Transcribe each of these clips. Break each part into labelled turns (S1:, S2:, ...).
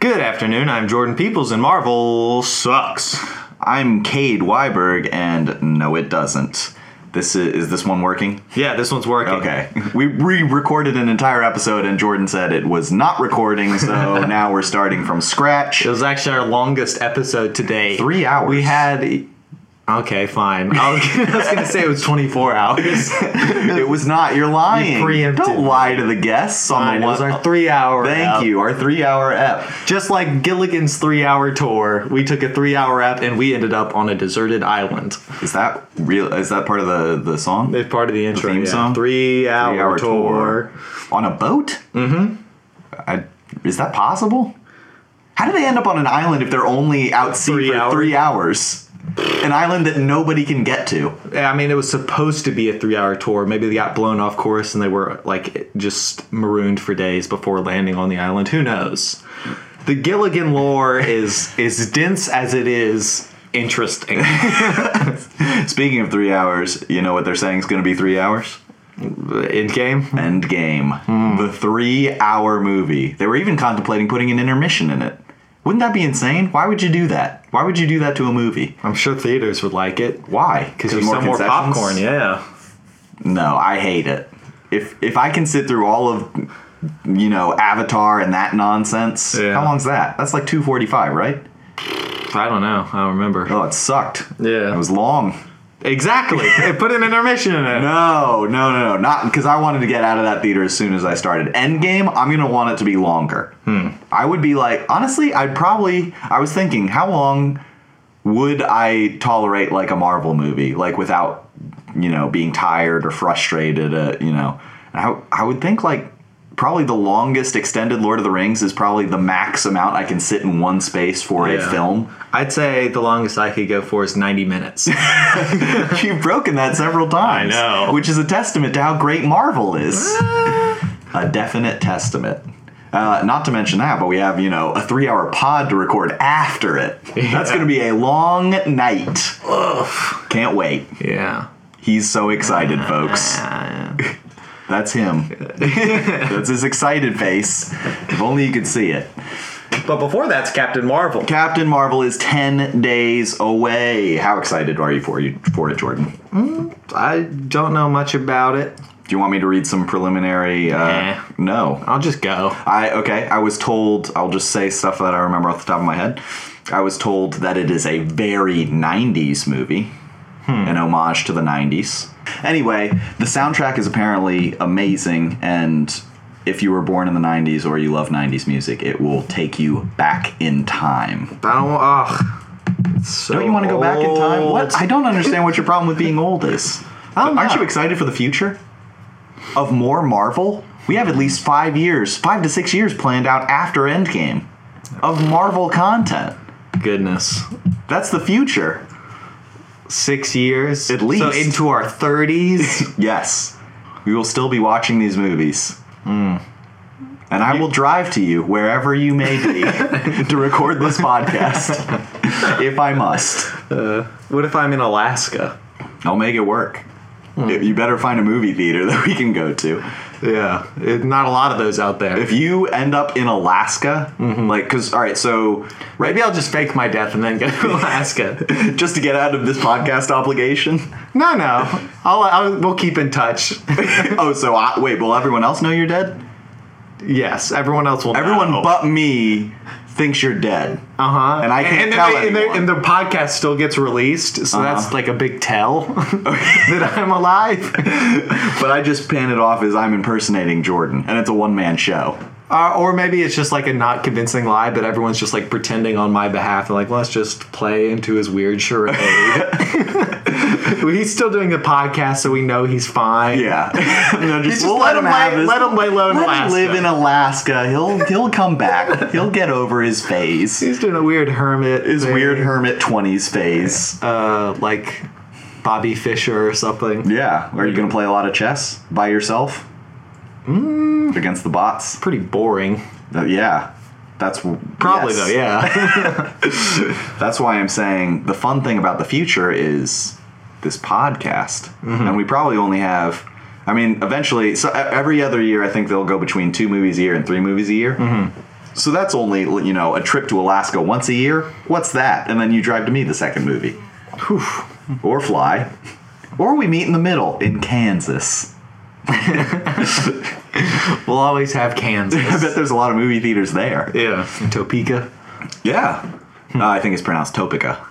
S1: Good afternoon. I'm Jordan Peoples, and Marvel sucks.
S2: I'm Cade Weiberg, and no, it doesn't. This is, is this one working?
S1: Yeah, this one's working.
S2: Okay. We re recorded an entire episode, and Jordan said it was not recording, so now we're starting from scratch.
S1: It was actually our longest episode today.
S2: Three hours.
S1: We had. e-, Okay, fine. I was, I was gonna say it was 24 hours.
S2: It was not. You're lying.
S1: You preempted
S2: Don't lie to the guests on
S1: Fine, it
S2: the one.
S1: was our three-hour.
S2: Thank
S1: ep.
S2: you. Our three hour ep.
S1: Just like Gilligan's three-hour tour, we took a three-hour app and we ended up on a deserted island.
S2: Is that real? Is that part of the the song?
S1: It's part of the intro.
S2: theme
S1: yeah.
S2: song?
S1: Three-hour,
S2: Three-hour
S1: tour.
S2: tour. on a boat? Mm-hmm. I, is that possible? How do they end up on an island if they're only out sea
S1: Three
S2: for
S1: hours.
S2: three hours? An island that nobody can get to.
S1: Yeah, I mean, it was supposed to be a three-hour tour. Maybe they got blown off course and they were like just marooned for days before landing on the island. Who knows? The Gilligan lore is is dense as it is interesting.
S2: Speaking of three hours, you know what they're saying is going to be three hours?
S1: End game.
S2: End game. The three hour movie. They were even contemplating putting an intermission in it. Wouldn't that be insane? Why would you do that? Why would you do that to a movie?
S1: I'm sure theaters would like it.
S2: Why? Because
S1: There's some more popcorn. Yeah.
S2: No, I hate it. If if I can sit through all of you know Avatar and that nonsense,
S1: Yeah.
S2: how long's that? That's like two forty five, right?
S1: I don't know. I don't remember.
S2: Oh, it sucked.
S1: Yeah.
S2: it was long.
S1: Exactly. They put an intermission in it.
S2: No, no, no, no, not because I wanted to get out of that theater as soon as I started. Endgame, I'm gonna want it to be longer. I would be like, honestly, I'd probably. I was thinking, how long would I tolerate like a Marvel movie, like without you know being tired or frustrated? Uh, you know, And I I would think like probably the longest extended Lord of the Rings is probably the max amount I can sit in one space for
S1: Yeah.
S2: a film.
S1: I'd say the longest I could go for is 90 minutes.
S2: You've broken that several times.
S1: I know.
S2: Which is a testament to how great Marvel is.
S1: Ah.
S2: a definite testament. Uh, not to mention that, but we have, you know, a three hour pod to record after it. That's going to be a long night. Can't wait.
S1: yeah.
S2: He's so excited, folks. That's him. That's his excited face. If only you could see it.
S1: But before that's Captain Marvel.
S2: Captain Marvel is 10 days away. How excited are you for, you, for it, Jordan?
S1: I don't know much about it.
S2: Do you want me to read some preliminary? Uh,
S1: Nah.
S2: No.
S1: I'll just go.
S2: I okay. I was told. I'll just say stuff that I remember off the top of my head. I was told that it is a very '90s movie, an homage to the '90s. Anyway, the soundtrack is apparently amazing, and if you were born in the '90s or you love '90s music, it will take you back in time.
S1: I don't. Ugh. It's so
S2: Don't you want to go back in time?
S1: old.
S2: What? I don't understand what your problem with being old is.
S1: don't
S2: Aren't
S1: know.
S2: you excited for the future of more Marvel? We have at least five years, five to six years planned out after Endgame of Marvel content.
S1: Goodness.
S2: That's the future.
S1: Six years
S2: At
S1: So
S2: least.
S1: into our thirties.
S2: Yes, we will still be watching these movies. Hmm. And I will drive to you wherever you may be to record this podcast if I must.
S1: what if I'm in Alaska?
S2: I'll make it work. You better find a movie theater that we can go to.
S1: Yeah, it, not a lot of those out there.
S2: If you end up in Alaska,
S1: Mm-hmm.
S2: like, because, all right, so right,
S1: Maybe I'll just fake my death and then go to Alaska.
S2: just to get out of this podcast obligation.
S1: no, no. I'll, I'll we'll keep in touch.
S2: oh, so I, wait, will everyone else know you're dead?
S1: Yes, everyone else will.
S2: Everyone but me thinks you're dead.
S1: uh huh.
S2: and I can't
S1: and,
S2: tell
S1: then they- and, they-
S2: anyone.
S1: and the podcast still gets released, so that's
S2: Uh-huh.
S1: like a big tell that I'm alive.
S2: But I just pan it off as I'm impersonating Jordan, and it's a one man show.
S1: Uh, or maybe it's just like a not convincing lie, but everyone's just like pretending on my behalf and like, let's just play into his weird charade. Well, he's still doing the podcast, so we know he's fine.
S2: Yeah. No, just,
S1: Just
S2: we'll
S1: let, him
S2: have
S1: lay,
S2: his-
S1: let him lay low in
S2: let him
S1: Alaska.
S2: live in Alaska. He'll he'll come back. He'll get over his phase.
S1: he's doing a weird hermit.
S2: His
S1: thing,
S2: weird hermit 20s phase.
S1: uh, like Bobby Fisher or something.
S2: Yeah. Are you going to play a lot of chess by yourself? Mm. Against the bots?
S1: Pretty boring.
S2: Uh, yeah. That's
S1: Probably
S2: yes.
S1: though, yeah.
S2: That's why I'm saying the fun thing about the future is this podcast.
S1: Mm-hmm.
S2: And we probably only have
S1: Mm-hmm.
S2: I mean, eventually so e- every other year I think they'll go between two movies a year and three movies a year. So that's only you know a trip to Alaska once a year. What's that? And then you drive to me the second movie, or fly, or we meet in the middle in Kansas.
S1: We'll always have
S2: I
S1: Kansas.
S2: bet there's a lot of movie theaters there.
S1: yeah, in Topeka.
S2: Yeah, Uh, I think it's pronounced Topeka.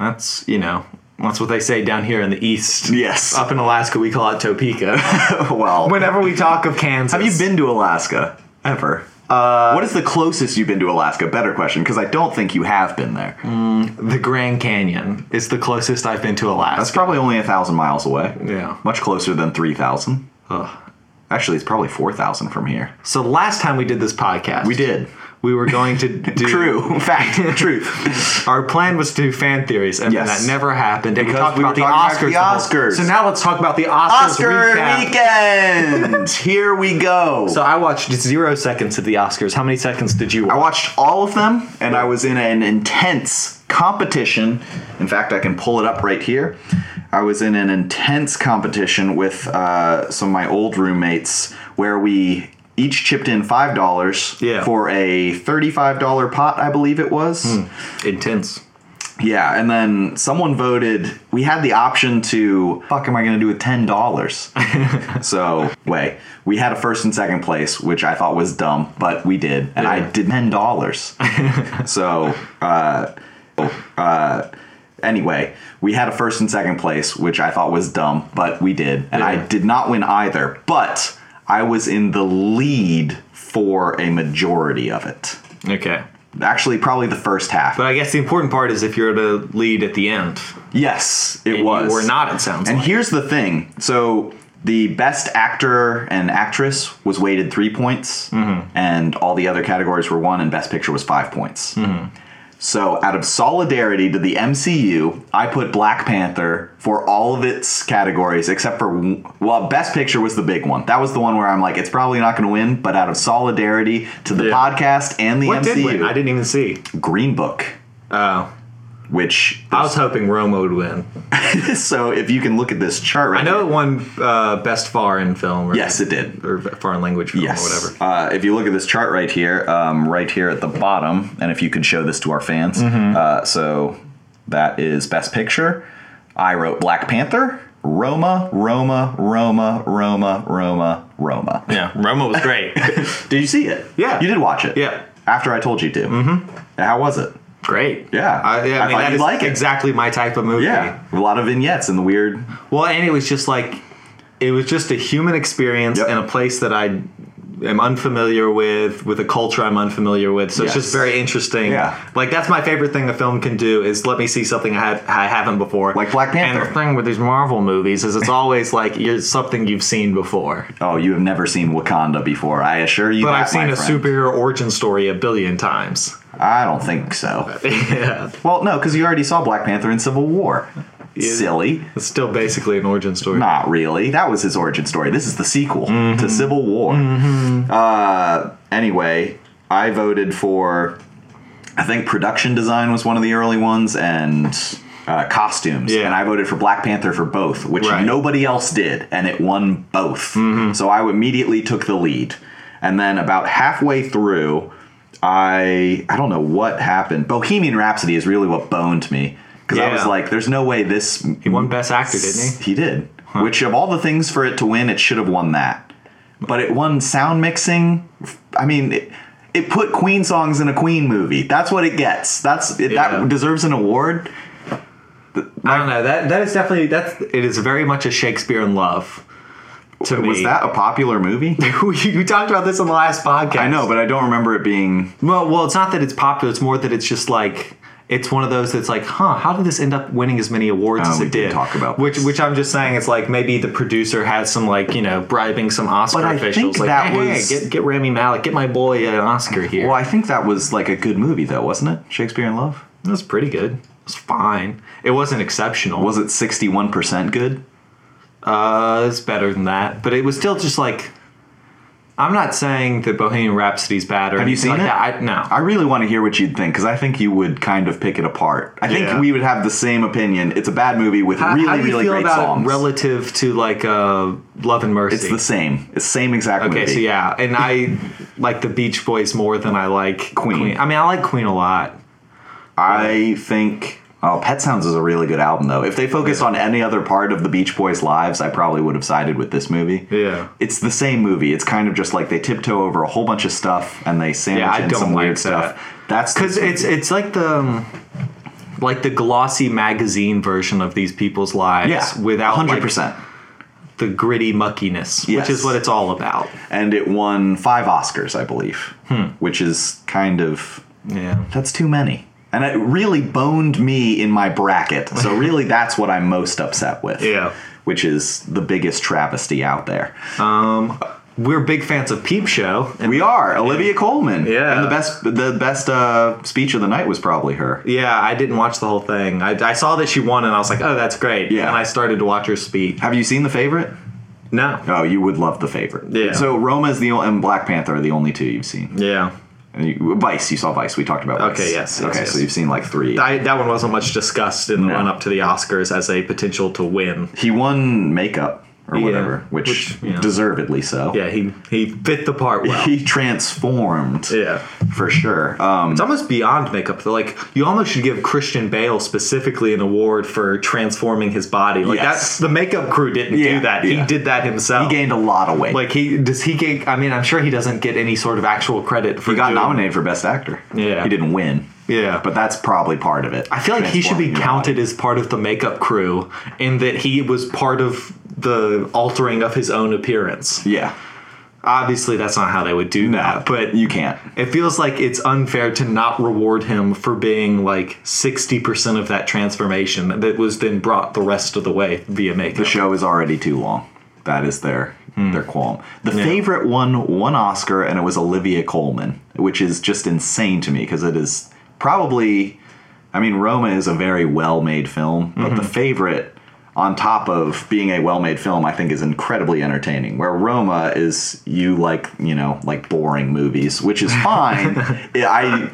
S1: That's you know that's what they say down here in the east.
S2: Yes.
S1: Up in Alaska, we call it Topeka.
S2: well,
S1: Whenever we talk of Kansas,
S2: have you been to Alaska ever? Uh, what is the closest you've been to Alaska? Better question, because I don't think you have been there.
S1: The Grand Canyon is the closest I've been to
S2: That's
S1: Alaska.
S2: probably only a thousand miles away.
S1: Yeah.
S2: Much closer than 3,000.
S1: Ugh.
S2: Actually, it's probably 4,000 from here.
S1: So last time we did this podcast,
S2: We did.
S1: We were going to do
S2: True. Fact. Truth.
S1: Our plan was to do fan theories, and
S2: Yes.
S1: that never happened. And
S2: Because
S1: we talked
S2: we were
S1: about the Oscars.
S2: talking about the
S1: the whole-
S2: Oscars.
S1: So now let's talk about the Oscars
S2: Oscar
S1: recap.
S2: weekend! here we go.
S1: So I watched zero seconds of the Oscars. How many seconds did you
S2: I
S1: watch?
S2: watched all of them, and I was in an intense competition. In fact, I can pull it up right here. I was in an intense competition with uh, some of my old roommates where we each chipped in $5
S1: Yeah.
S2: for a $35 pot, I believe it was.
S1: Intense.
S2: Yeah, and then someone voted. We had the option to fuck. Am I going to do with ten dollars? so wait, we had a first and second place, which I thought was dumb, but we did, and
S1: Yeah.
S2: I did ten dollars. so uh, uh, anyway, we had a first and second place, which I thought was dumb, but we did, and I
S1: Yeah.
S2: did not win either. But I was in the lead for a majority of it.
S1: Okay.
S2: Actually, probably the first half.
S1: But I guess the important part is if you're to lead at the end.
S2: yes, it
S1: And
S2: was.
S1: You were not, it sounds
S2: And
S1: like.
S2: here's the thing. So the best actor and actress was weighted three points,
S1: Mm-hmm.
S2: and all the other categories were one, and best picture was five points.
S1: Mm-hmm.
S2: So out of solidarity to the MCU, I put Black Panther for all of its categories except for well, best picture was the big one. That was the one where I'm like, it's probably not going to win, but out of solidarity to the
S1: Yeah.
S2: podcast and the
S1: what
S2: MCU,
S1: did win? I didn't even see.
S2: Green Book,
S1: Oh.
S2: which
S1: I was hoping Roma would win.
S2: so if you can look at this chart right
S1: I know it won uh, best foreign film. Or,
S2: Yes, it did.
S1: Or foreign language film
S2: Yes.
S1: or whatever.
S2: Uh, if you look at this chart right here, um, right here at the bottom, and if you could show this to our fans,
S1: Mm-hmm.
S2: uh, so that is Best Picture. I wrote Black Panther, Roma, Roma, Roma, Roma, Roma, Roma.
S1: Yeah, Roma was great.
S2: Did you see it?
S1: Yeah.
S2: You did watch it.
S1: Yeah.
S2: After I told you to. Mm-hmm. How was it?
S1: great.
S2: Yeah.
S1: I, yeah,
S2: I
S1: I, mean,
S2: thought
S1: that
S2: you'd
S1: is
S2: like it.
S1: exactly my type of movie.
S2: Yeah. A lot of vignettes and the weird.
S1: Well, and it was just like it was just a human experience
S2: Yep.
S1: in a place that I am unfamiliar with, with a culture I'm unfamiliar with. So it's
S2: Yes.
S1: just very interesting.
S2: Yeah.
S1: Like that's my favorite thing a film can do is let me see something I, have, I haven't before.
S2: Like Black Panther.
S1: And the thing with these Marvel movies is it's always like you're something you've seen before.
S2: Oh, you have never seen Wakanda before. I assure you.
S1: But
S2: that,
S1: I've seen
S2: my
S1: a
S2: friend.
S1: superhero origin story a billion times.
S2: I don't think so.
S1: yeah.
S2: Well, no, because you already saw Black Panther in Civil War. Silly.
S1: It's still basically an origin story.
S2: Not really. That was his origin story. This is the sequel
S1: Mm-hmm.
S2: to Civil War. Uh, anyway, I voted for. I think production design was one of the early ones, and uh, costumes.
S1: Yeah.
S2: And I voted for Black Panther for both, which
S1: Right. Mm-hmm.
S2: nobody else did, and it won both. So I immediately took the lead. And then about halfway through, I I don't know what happened. Bohemian Rhapsody is really what boned me because I
S1: Yeah.
S2: was like, "There's no way this
S1: He won Best Actor, didn't he?
S2: he did. Which of all the things for it to win, it should have won that. But it won sound mixing. I mean, it, it put Queen songs in a Queen movie. That's what it gets. That's it,
S1: Yeah.
S2: that deserves an award.
S1: I don't know. That that is definitely that's it is very much a Shakespeare in love. To me,
S2: Was that a popular movie?
S1: you talked about this in the last podcast?
S2: I know, but I don't remember it being.
S1: well, well, it's not that it's popular. It's more that it's just like it's one of those that's like, huh? How did this end up winning as many awards
S2: Oh,
S1: as
S2: we
S1: it
S2: did
S1: did?
S2: talk about
S1: which,
S2: this.
S1: which I'm just saying, it's like maybe the producer had some like you know bribing some Oscar
S2: But I
S1: officials,
S2: think
S1: like
S2: that
S1: "Hey,
S2: was-
S1: get get Rami Malek, get my boy an Oscar here.
S2: Well, I think that was like a good movie though, wasn't it? Shakespeare in Love.
S1: It was pretty good. It was fine. It wasn't exceptional.
S2: Was it sixty-one percent good?
S1: Uh, it's better than that, but it was still just like I'm not saying that Bohemian Rhapsody's bad or
S2: Have you
S1: anything
S2: seen
S1: like
S2: it?
S1: that. I, no.
S2: I really want to hear what you'd think because I think you would kind of pick it apart. I think
S1: Yeah.
S2: we would have the same opinion. It's a bad movie with
S1: How-
S2: really,
S1: How do you
S2: really
S1: feel
S2: great
S1: about
S2: songs.
S1: it relative to like uh, Love and Mercy?
S2: it's the same. It's the same exact
S1: Okay,
S2: movie.
S1: so yeah, and I like the Beach Boys more than I like
S2: Queen.
S1: I mean, I like Queen a lot.
S2: I think oh, Pet Sounds is a really good album though. If they focused on any other part of the Beach Boys' lives, I probably would have sided with this movie.
S1: Yeah.
S2: It's the same movie. It's kind of just like they tiptoe over a whole bunch of stuff and they sandwich
S1: Yeah, I
S2: in
S1: don't
S2: some
S1: like
S2: weird
S1: that.
S2: stuff. That's
S1: because it's it's like the um, like the glossy magazine version of these people's lives
S2: yeah,
S1: without
S2: hundred
S1: like,
S2: percent.
S1: the gritty muckiness
S2: Yes.
S1: which is what it's all about
S2: And it won five Oscars, I believe,
S1: Hmm.
S2: which is kind of
S1: yeah
S2: that's too many. And it really boned me in my bracket. So really, that's what I'm most upset with.
S1: Yeah.
S2: which is the biggest travesty out there.
S1: we're big fans of peep show and
S2: We are Olivia Coleman.
S1: Yeah.
S2: and the best the best uh, speech of the night was probably her.
S1: yeah i didn't watch the whole thing I, I saw that she won and i was like oh that's great
S2: Yeah.
S1: and i started to watch her speak
S2: Have you seen the favorite?
S1: no
S2: Oh, you would love the favorite.
S1: Yeah.
S2: So Roma is the o- and Black Panther are the only two you've seen.
S1: yeah
S2: And you, Vice, you saw Vice. We talked about. Vice.
S1: Okay, yes, yes,
S2: Okay,
S1: yes.
S2: so you've seen like three.
S1: I, that one wasn't much discussed in the
S2: No.
S1: run up to the oscars as a potential to win
S2: he won makeup or
S1: Yeah,
S2: whatever, which,
S1: which, yeah.
S2: deservedly so.
S1: yeah he he fit the part well
S2: He transformed
S1: yeah
S2: for sure. Um,
S1: It's almost beyond makeup. though. Like you almost should give Christian Bale specifically an award for transforming his body. Like
S2: Yes.
S1: that's the makeup crew didn't
S2: Yeah,
S1: do that.
S2: yeah.
S1: He did that
S2: he
S1: himself.
S2: gained a lot of weight.
S1: like he does he get? I mean, I'm sure he doesn't get any sort of actual credit for.
S2: he got
S1: doing-
S2: nominated for best actor.
S1: Yeah.
S2: he didn't win.
S1: Yeah,
S2: But that's probably part of it.
S1: I feel like he should be
S2: Transforming your body.
S1: counted as part of the makeup crew, in that he was part of the altering of his own appearance.
S2: Yeah.
S1: Obviously, that's not how they would do that. But
S2: you can't.
S1: It feels like it's unfair to not reward him for being like 60% of that transformation that was then brought the rest of the way via
S2: The
S1: makeup.
S2: show is already too long. That is their
S1: Hmm.
S2: their qualm. The favorite won one Oscar, and it was Olivia Colman, which is just insane to me because it is probably. I mean, Roma is a very well made film, but the favorite, on top of being a well made film, I think is incredibly entertaining. Where Roma is you like you know like boring movies, which is fine. I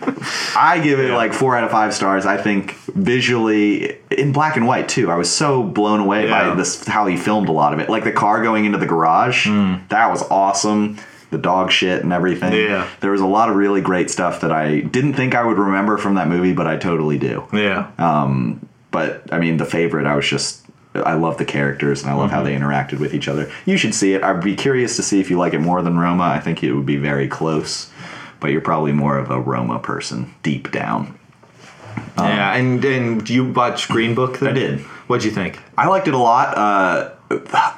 S2: I give it like four out of five stars. I think visually in black and white too. I was so blown away
S1: Yeah.
S2: by this how he filmed a lot of it, like the car going into the garage. That was awesome. The dog shit and everything.
S1: Yeah.
S2: There was a lot of really great stuff that I didn't think I would remember from that movie, but I totally do.
S1: Yeah.
S2: Uh-huh. But I mean, the favorite, I was just. I love the characters and I love how they interacted with each other. You should see it. I'd be curious to see if you like it more than Roma. I think it would be very close, but you're probably more of a Roma person deep down.
S1: yeah. And and you watched Green Book then?
S2: I did.
S1: What'd you think?
S2: I liked it a lot. Uh,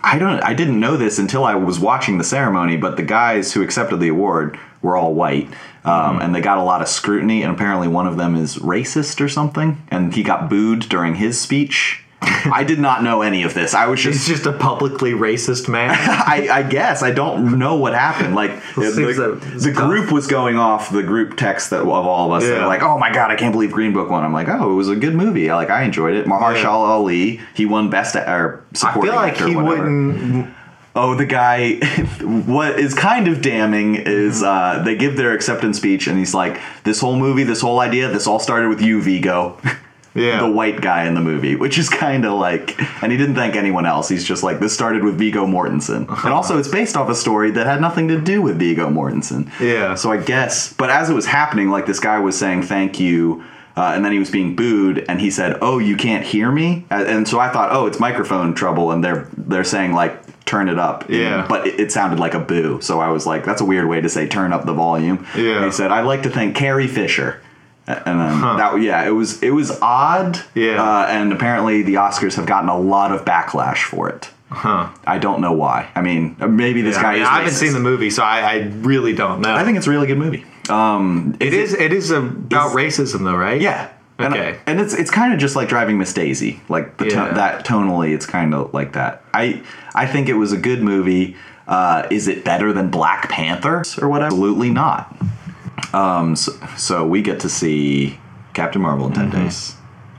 S2: I don't. I didn't know this until I was watching the ceremony. But the guys who accepted the award were all white, um, and they got a lot of scrutiny. And apparently, one of them is racist or something, and he got booed during his speech. I did not know any of this. I was
S1: He's
S2: just
S1: just a publicly racist man.
S2: I, I guess I don't know what happened. Like the,
S1: It seems
S2: the-
S1: that-
S2: the group was going off the group text that of all of us. They're
S1: Yeah.
S2: like, "Oh my god, I can't believe Green Book won." I'm like, "Oh, it was a good movie. Like I enjoyed it." Mahershala
S1: Yeah.
S2: Ali, he won best a- or
S1: I feel
S2: supporting
S1: like
S2: actor,
S1: he
S2: whatever.
S1: wouldn't.
S2: Oh, the guy. what is kind of damning is
S1: Mm-hmm.
S2: uh, they give their acceptance speech, and he's like, "This whole movie, this whole idea, this all started with you, Vigo."
S1: Yeah.
S2: the white guy in the movie, which is kind of like, and he didn't thank anyone else. He's just like, this started with Vigo Mortensen. And also, it's based off a story that had nothing to do with Vigo Mortensen.
S1: Yeah.
S2: So I guess, but as it was happening, like this guy was saying, thank you. Uh, and then he was being booed, and he said, "Oh, you can't hear me." A- And so I thought, "Oh, it's microphone trouble," and they're they're saying like, "Turn it up."
S1: Yeah.
S2: But it, it sounded like a boo, so I was like, "That's a weird way to say turn up the volume."
S1: Yeah.
S2: And he said, "I'd like to thank Carrie Fisher," A- and then that yeah, it was it was odd.
S1: Yeah.
S2: Uh, and apparently the Oscars have gotten a lot of backlash for it.
S1: Huh.
S2: I don't know why. I mean, maybe this
S1: Yeah,
S2: guy
S1: I, mean,
S2: is.
S1: I haven't
S2: racist.
S1: seen the movie, so I, I really don't know.
S2: I think it's a really good movie. Um,
S1: it is. It is about racism, though, right?
S2: Yeah. And, uh,
S1: Okay.
S2: and it's it's kind of just like driving Miss Daisy, like the
S1: Yeah.
S2: to- that tonally, it's kind of like that. I I think it was a good movie. Uh, is it better than Black Panther or whatever? Absolutely not.
S1: Mm-hmm.
S2: Um, so, so we get to see Captain Marvel in 10 days.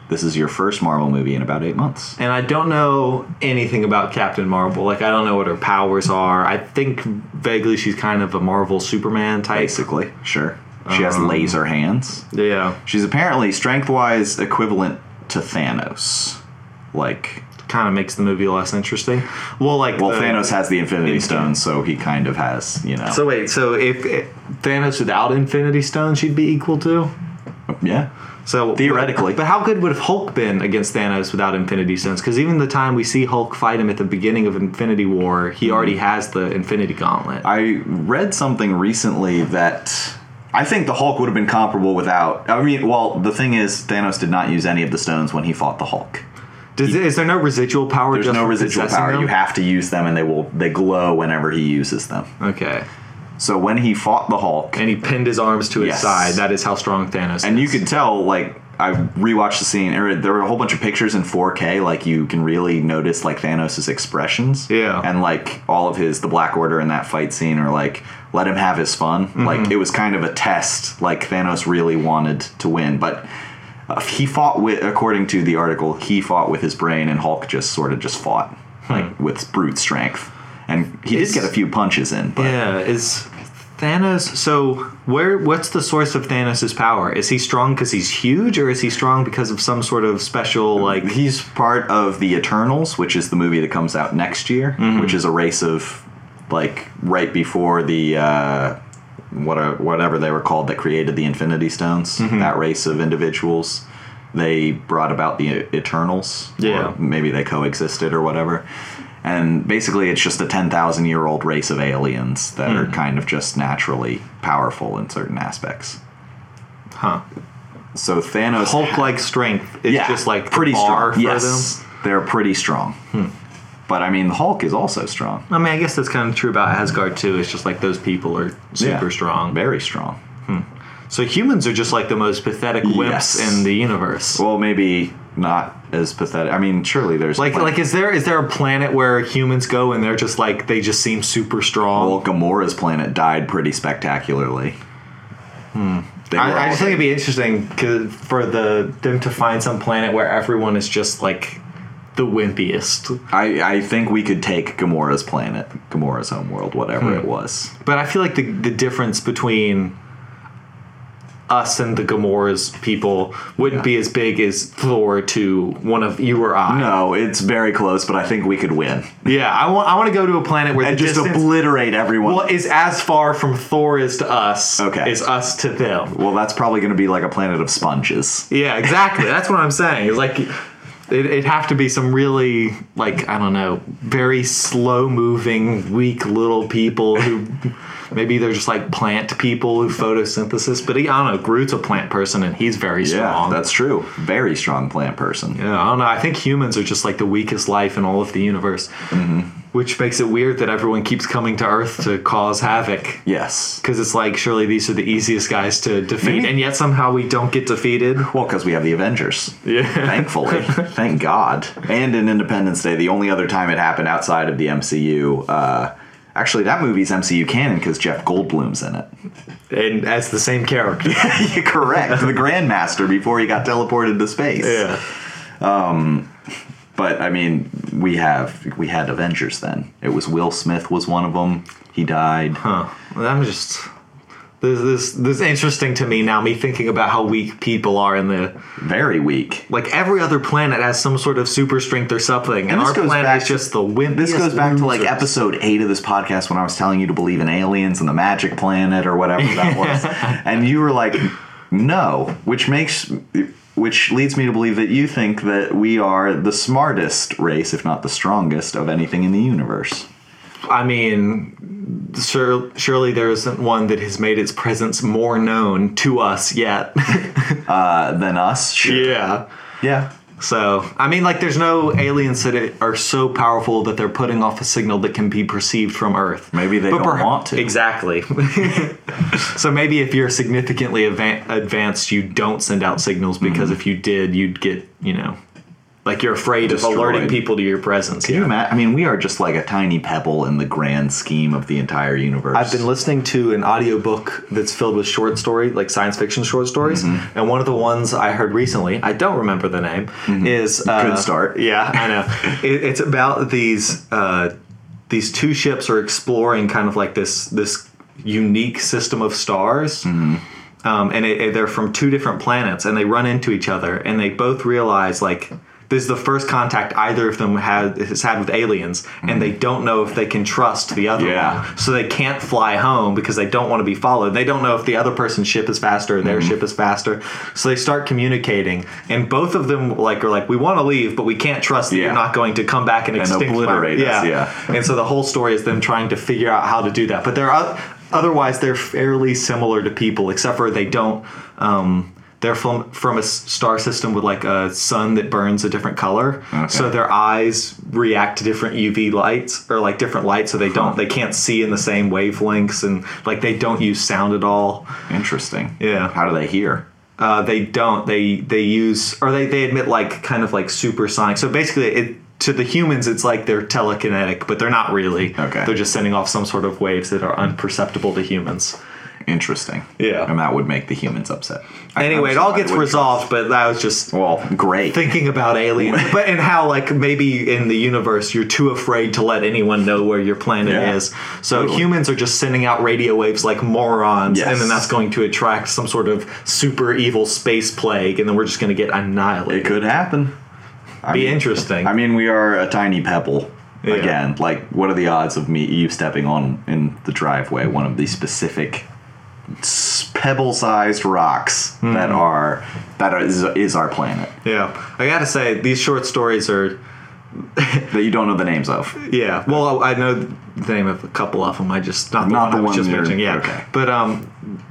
S2: This is your first Marvel movie in about eight months.
S1: and I don't know anything about Captain Marvel. Like I don't know what her powers are. I think vaguely she's kind of a Marvel Superman type.
S2: Basically, sure. She has
S1: Um.
S2: laser hands.
S1: Yeah,
S2: She's apparently strength wise equivalent to Thanos. Like,
S1: kind of makes the movie less interesting. Well, like
S2: well,
S1: the-
S2: Thanos has the Infinity
S1: Infinity.
S2: Stone, so he kind of has, you know.
S1: So wait, so if eh, Thanos without Infinity Stone, she'd be equal to.
S2: yeah.
S1: So
S2: Theoretically.
S1: but how good would have Hulk been against Thanos without Infinity Stones? Because even the time we see Hulk fight him at the beginning of Infinity War, he already has the Infinity Gauntlet.
S2: Mm-hmm. I read something recently that I think the Hulk would have been comparable without. I mean, well, the thing is, Thanos did not use any of the stones when he fought the Hulk.
S1: Does, is there no residual power?
S2: There's
S1: just
S2: no
S1: for
S2: residual
S1: possessing
S2: power.
S1: Them?
S2: You have to use them, and they will they glow whenever he uses them.
S1: okay.
S2: So when he fought the Hulk,
S1: And he pinned his arms to his
S2: Yes.
S1: side. That is how strong Thanos.
S2: and
S1: is.
S2: you could tell like I rewatched the scene. Or there were a whole bunch of pictures in 4K. Like you can really notice like Thanos' expressions.
S1: Yeah.
S2: and like all of his the Black Order in that fight scene, or like let him have his fun.
S1: Mm-hmm.
S2: Like it was kind of a test. Like Thanos really wanted to win, but. uh, He fought with, according to the article, he fought with his brain, and Hulk just sort of just fought like with brute strength, and he
S1: Hmm. Is-
S2: did get a few punches in. But
S1: Yeah, is Thanos. So where? What's the source of Thanos' power? Is he strong because he's huge, or is he strong because of some sort of special
S2: Mm-hmm.
S1: like?
S2: He's part of the Eternals, which is the movie that comes out next year, which is a race of like right before the uh, what whatever they were called that created the Infinity Stones. That race of individuals, they brought about the Eternals. or
S1: Yeah.
S2: maybe they coexisted or whatever. And basically, it's just a ten thousand year old race of aliens that are kind of just naturally powerful in certain aspects.
S1: Huh.
S2: So Thanos
S1: Hulk-like strength is just like pretty
S2: pretty
S1: bar
S2: strong.
S1: for Hmm.
S2: yes, they're pretty strong. But I mean, the Hulk is also strong.
S1: them. I mean, I guess that's kind of true about Asgard too. It's just like those people are super
S2: Yeah.
S1: strong.
S2: very strong.
S1: So humans are just like the most pathetic wimps
S2: Yes.
S1: in the universe.
S2: Well, maybe not as pathetic. I mean, surely there's
S1: like, like, is there is there a planet where humans go and they're just like they just seem super strong?
S2: well, Gamora's planet died pretty spectacularly. They were
S1: Hmm. I, I
S2: all
S1: just think it'd be interesting 'cause for the them to find some planet where everyone is just like the wimpiest.
S2: I, I think we could take Gamora's planet, Gamora's homeworld, whatever
S1: Hmm.
S2: it was.
S1: But I feel like the the difference between us and the Gamora's people wouldn't be as big as Thor to one of you or I.
S2: No, it's very close, but I think we could win
S1: Yeah, I want I want to go to a planet where
S2: and
S1: the
S2: just
S1: distance
S2: obliterate everyone.
S1: well, is as far from Thor is to us.
S2: Okay.
S1: is us to them.
S2: well, that's probably going to be like a planet of sponges.
S1: Yeah, exactly. That's what I'm saying. It's like it, it'd have to be some really like I don't know, very slow moving, weak little people who maybe they're just like plant people who photosynthesis. But he, I don't know. Groot's a plant person and he's very
S2: Yeah,
S1: strong.
S2: that's true. Very strong plant person.
S1: yeah, I don't know. I think humans are just like the weakest life in all of the universe,
S2: Mm-hmm.
S1: which makes it weird that everyone keeps coming to Earth to cause havoc.
S2: Yes.
S1: Because it's like surely these are the easiest guys to defeat,
S2: Maybe-
S1: and yet somehow we don't get defeated.
S2: Well, because we have the Avengers.
S1: Yeah.
S2: Thankfully. Thank God. And in Independence Day, the only other time it happened outside of the MCU, uh, actually, that movie's MCU canon because Jeff Goldblum's in it.
S1: And as the same character.
S2: You're correct. the Grandmaster before he got teleported to space.
S1: Yeah.
S2: But I mean, we have we had Avengers then. It was Will Smith was one of them. He died.
S1: Huh. Well, I'm just this this this is interesting to me now. Me thinking about how weak people are in the
S2: Very weak.
S1: like every other planet has some sort of super strength or something, and,
S2: this
S1: our
S2: goes
S1: planet
S2: back
S1: is
S2: to-
S1: just the wimp.
S2: This goes back to like episode eight of this podcast when I was telling you to believe in aliens and the magic planet or whatever that was, and you were like, "No," which makes, which leads me to believe that you think that we are the smartest race, if not the strongest, of anything in the universe.
S1: I mean, sur- surely there isn't one that has made its presence more known to us yet.
S2: Uh, than us, sure.
S1: yeah.
S2: yeah.
S1: So I mean, like, there's no aliens that are so powerful that they're putting off a signal that can be perceived from Earth.
S2: Maybe they don't
S1: perha-
S2: want to.
S1: Exactly. so maybe if you're
S2: Mm-hmm.
S1: significantly avan advanced, you don't send out signals because if you did, you'd get you know Like you're afraid
S2: Destroyed.
S1: of alerting people to your presence.
S2: Can you imagine? I mean, we are just like a tiny pebble in the grand scheme of the entire universe.
S1: I've been listening to an audiobook that's filled with short story, like science fiction short stories,
S2: Mm-hmm.
S1: and one of the ones I heard recently, I don't remember the name, is uh,
S2: Mm-hmm. Good start.
S1: Yeah, I know. it, it's about these uh, these two ships are exploring kind of like this this unique system of stars.
S2: Mm-hmm.
S1: Um, and it, it- they're from two different planets, and they run into each other, and they both realize like this is the first contact either of them had has had with aliens, and they don't know if they can trust the other
S2: Mm-hmm. Yeah.
S1: one, so they can't fly home because they don't want to be followed. They don't know if the other person's ship is faster or their
S2: Mm-hmm.
S1: ship is faster, so they start communicating, and both of them like are like, we want to leave, but we can't trust that
S2: Yeah.
S1: you're not going to come back and, extinct my-
S2: obliterate us, yeah.
S1: and so the whole story is them trying to figure out how to do that. But they're oth- otherwise they're fairly similar to people, except for they don't. Um, they're from from a s- star system with like a sun that burns a different color, so their eyes react to different UV lights or like different lights, so they don't they can't see in the same wavelengths and like they don't use sound at all.
S2: Interesting.
S1: Yeah.
S2: How do they hear?
S1: Uh, they don't. They they use or they they admit like kind of like supersonic. So basically, it to the humans, it's like they're telekinetic, but they're not really.
S2: Okay.
S1: They're just sending off some sort of waves that are unperceptible to humans.
S2: Interesting.
S1: Yeah.
S2: And that would make the humans upset. I-
S1: Anyway,
S2: I'm
S1: it all
S2: surprised
S1: gets
S2: it would-
S1: resolved, but that was just
S2: Well, great.
S1: thinking about aliens, but and how like maybe in the universe you're too afraid to let anyone know where your planet
S2: Yeah.
S1: is. So
S2: Totally.
S1: humans are just sending out radio waves like morons, and
S2: Yes.
S1: then that's going to attract some sort of super evil space plague, and then we're just going to get annihilated.
S2: it could happen.
S1: be interesting.
S2: I mean, we are a tiny pebble.
S1: Yeah.
S2: Again, like, what are the odds of me you stepping on in the driveway one of these specific s- pebble-sized rocks
S1: Hmm.
S2: that are that are, is, is our planet
S1: yeah, I gotta say these short stories are.
S2: that you don't know the names of?
S1: Yeah, well, I know the name of a couple of them. I just not the one
S2: Not the
S1: I was
S2: one
S1: just
S2: you're-
S1: mentioning. Yeah,
S2: okay.
S1: but um,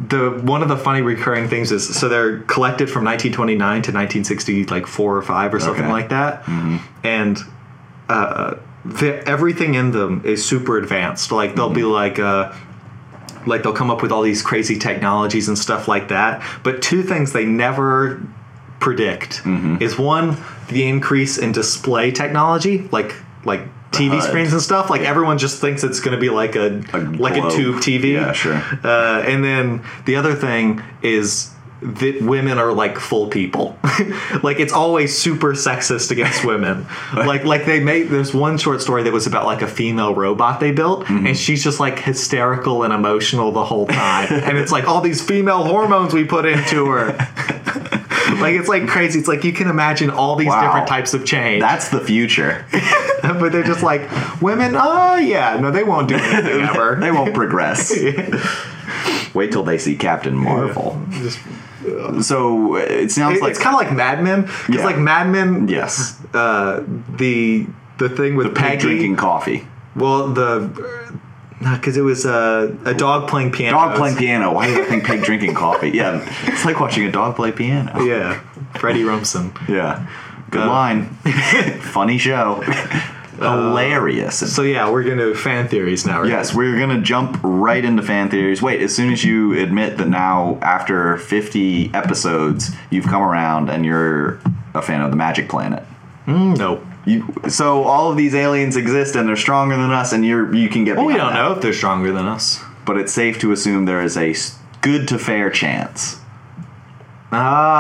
S1: the one of the funny recurring things is so they're collected from 1929 to 1960, like four or five or something
S2: Okay. Mm-hmm.
S1: like that, and uh, the, everything in them is super advanced. Like they'll
S2: Mm-hmm.
S1: be like, uh, like they'll come up with all these crazy technologies and stuff like that. But two things they never predict
S2: Mm-hmm.
S1: is one the increase in display technology, like like TV
S2: HUD.
S1: screens and stuff. Like everyone just thinks it's going to be like a,
S2: A
S1: like a
S2: globe.
S1: tube TV.
S2: Yeah, sure.
S1: Uh, and then the other thing is that women are like full people. like it's always super sexist against women. like like they made there's one short story that was about like a female robot they built and she's just like hysterical and emotional the whole time. and it's like all these female hormones we put into her. like it's like crazy. It's like you can imagine all these
S2: Wow.
S1: different types of change.
S2: That's the future.
S1: but they're just like women, oh yeah, no they won't do anything ever.
S2: they won't progress. Wait till they see Captain Marvel.
S1: Just-
S2: So uh, it sounds
S1: It-
S2: like
S1: it's kind of like Mad Men. Because
S2: Yeah.
S1: like Mad Men,
S2: yes,
S1: uh, the the thing with
S2: pig
S1: Peggy.
S2: drinking coffee,
S1: Well, the because it was uh, a dog playing piano.
S2: dog playing piano. Why do I think pig drinking coffee? Yeah, it's like watching a dog play piano.
S1: Yeah, Freddie Rumsen.
S2: Yeah. Uh, Good line. Funny show. Hilarious.
S1: So yeah, we're gonna do fan theories now. Right?
S2: Uh, Yes, we're going to jump right into fan theories. Wait, as soon as you admit that now, after 50 episodes, you've come around and you're a fan of the Magic Planet.
S1: No.
S2: You, so all of these aliens exist and they're stronger than us, and you're you can get.
S1: Well, we
S2: beyond
S1: don't
S2: that.
S1: know if they're stronger than us.
S2: but it's safe to assume there is a s- good to fair chance.
S1: Uh,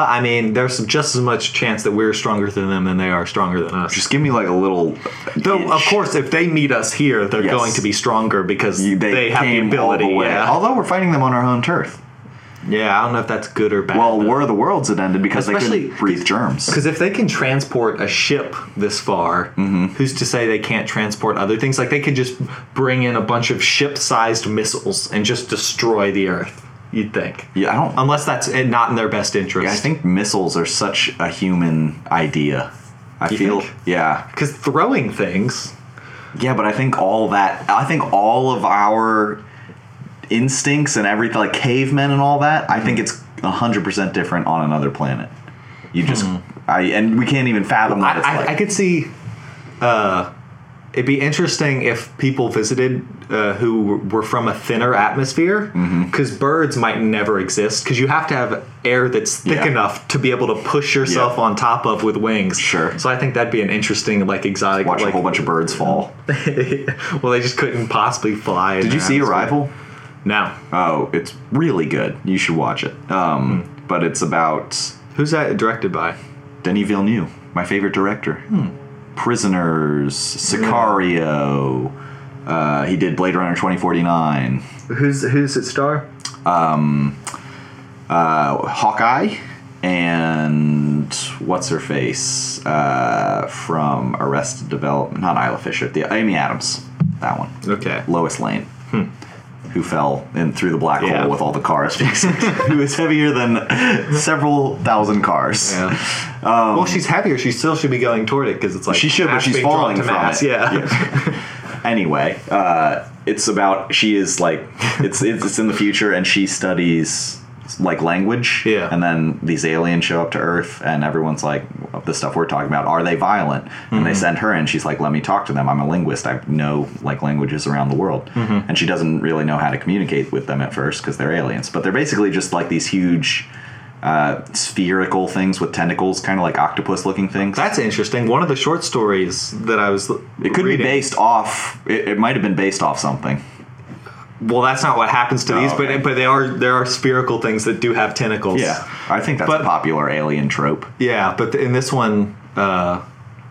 S1: I mean, there's just as much chance that we're stronger than them than they are stronger than us.
S2: Just give me like a little.
S1: Though, of
S2: inch.
S1: course, if they meet us here, they're
S2: Yes.
S1: going to be stronger because
S2: You-
S1: they, have the
S2: came all
S1: ability.
S2: way.
S1: yeah.
S2: Although we're fighting them on our own turf.
S1: yeah, I don't know if that's good or bad.
S2: Well, War of the Worlds had ended because they
S1: Especially
S2: couldn't breathe
S1: these-
S2: germs.
S1: Because if they can transport a ship this far,
S2: Mm-hmm.
S1: who's to say they can't transport other things? Like they could just bring in a bunch of ship-sized missiles and just destroy the Earth. You'd think,
S2: Yeah, I don't.
S1: unless that's eh, not in their best
S2: I
S1: interest.
S2: think missiles are such a human idea. I feel,
S1: think?
S2: yeah,
S1: Because throwing things,
S2: yeah, but I think all that, I think all of our instincts and everything, like cavemen and all that, I
S1: Mm.
S2: think it's hundred percent different on another planet. You just, I, and we can't even fathom what
S1: Hmm. I,
S2: it's
S1: I,
S2: like.
S1: I could see. Uh, it'd be interesting if people visited uh, who were- were from a thinner atmosphere
S2: Mm-hmm.
S1: because birds might never exist because you have to have air that's thick
S2: Yeah.
S1: enough to be able to push yourself
S2: Yeah.
S1: on top of with wings.
S2: Sure.
S1: So I think that'd be an interesting like exotic.
S2: Watch
S1: like,
S2: a whole bunch of birds fall.
S1: well, they just couldn't possibly fly. in
S2: Did you
S1: their
S2: see
S1: atmosphere.
S2: Arrival?
S1: No.
S2: Oh, it's really good. You should watch it. Um, But it's about
S1: Who's that directed by?
S2: Denis Villeneuve, my favorite director. Prisoners, Sicario. Uh, he did Blade Runner 2049.
S1: Who's who's it star?
S2: Uh, Hawkeye. And what's her face uh, from Arrested Development? Not Isla Fisher. The Amy Adams. That one.
S1: Okay. Hmm.
S2: Lois Lane, who fell in through the black
S1: Yeah.
S2: hole with all the cars fixed, who is heavier than several thousand cars.
S1: Yeah. well, she's heavier. She still should be going toward it because it's like
S2: Um, She should, but
S1: mass
S2: she's
S1: being drawn
S2: falling
S1: to
S2: from
S1: mass.
S2: it.
S1: Yeah.
S2: Anyway, uh, it's about she is like it's it's it's in the future, and she studies like language.
S1: Yeah.
S2: And then these aliens show up to Earth, and everyone's like, of the stuff we're talking about, are they violent? And
S1: Mm-hmm.
S2: they send her, and she's like, let me talk to them. I'm a linguist. I know like languages around the world,
S1: Mm-hmm.
S2: and she doesn't really know how to communicate with them at first because they're aliens. But they're basically just like these huge. Uh, spherical things with tentacles, kind of like octopus-looking things.
S1: That's interesting. One of the short stories that I was
S2: It could
S1: reading-
S2: be based off. It, it might have been based off something.
S1: Well, that's not what happens to
S2: Oh,
S1: these,
S2: okay.
S1: but but they are there are spherical things that do have tentacles.
S2: I think that's
S1: But-
S2: a popular alien trope.
S1: yeah. But in this one, uh,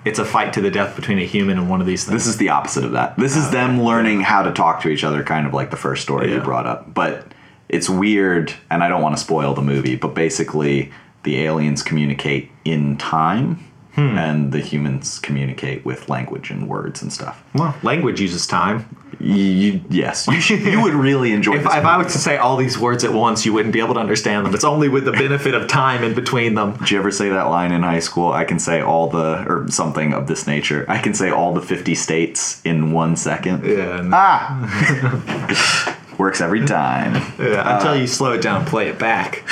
S1: it's a fight to the death between a human and one of these things.
S2: This is the opposite of that. This is them learning how to talk to each other, kind of like the first story you
S1: Yeah.
S2: brought up. But it's weird, and I don't want to spoil the movie. But basically, the aliens communicate in time,
S1: Hmm.
S2: and the humans communicate with language and words and stuff.
S1: well, language uses time.
S2: You, you, yes, you should. You would really enjoy.
S1: If,
S2: this
S1: if I
S2: movie.
S1: was to say all these words at once, you wouldn't be able to understand them. It's only with the benefit of time in between them.
S2: Did you ever say that line in high school? I can say all the, or something of this nature. I can say all the 50 states in one second.
S1: Yeah, and-
S2: Ah! Works every time.
S1: yeah, until you slow it down, and play it back.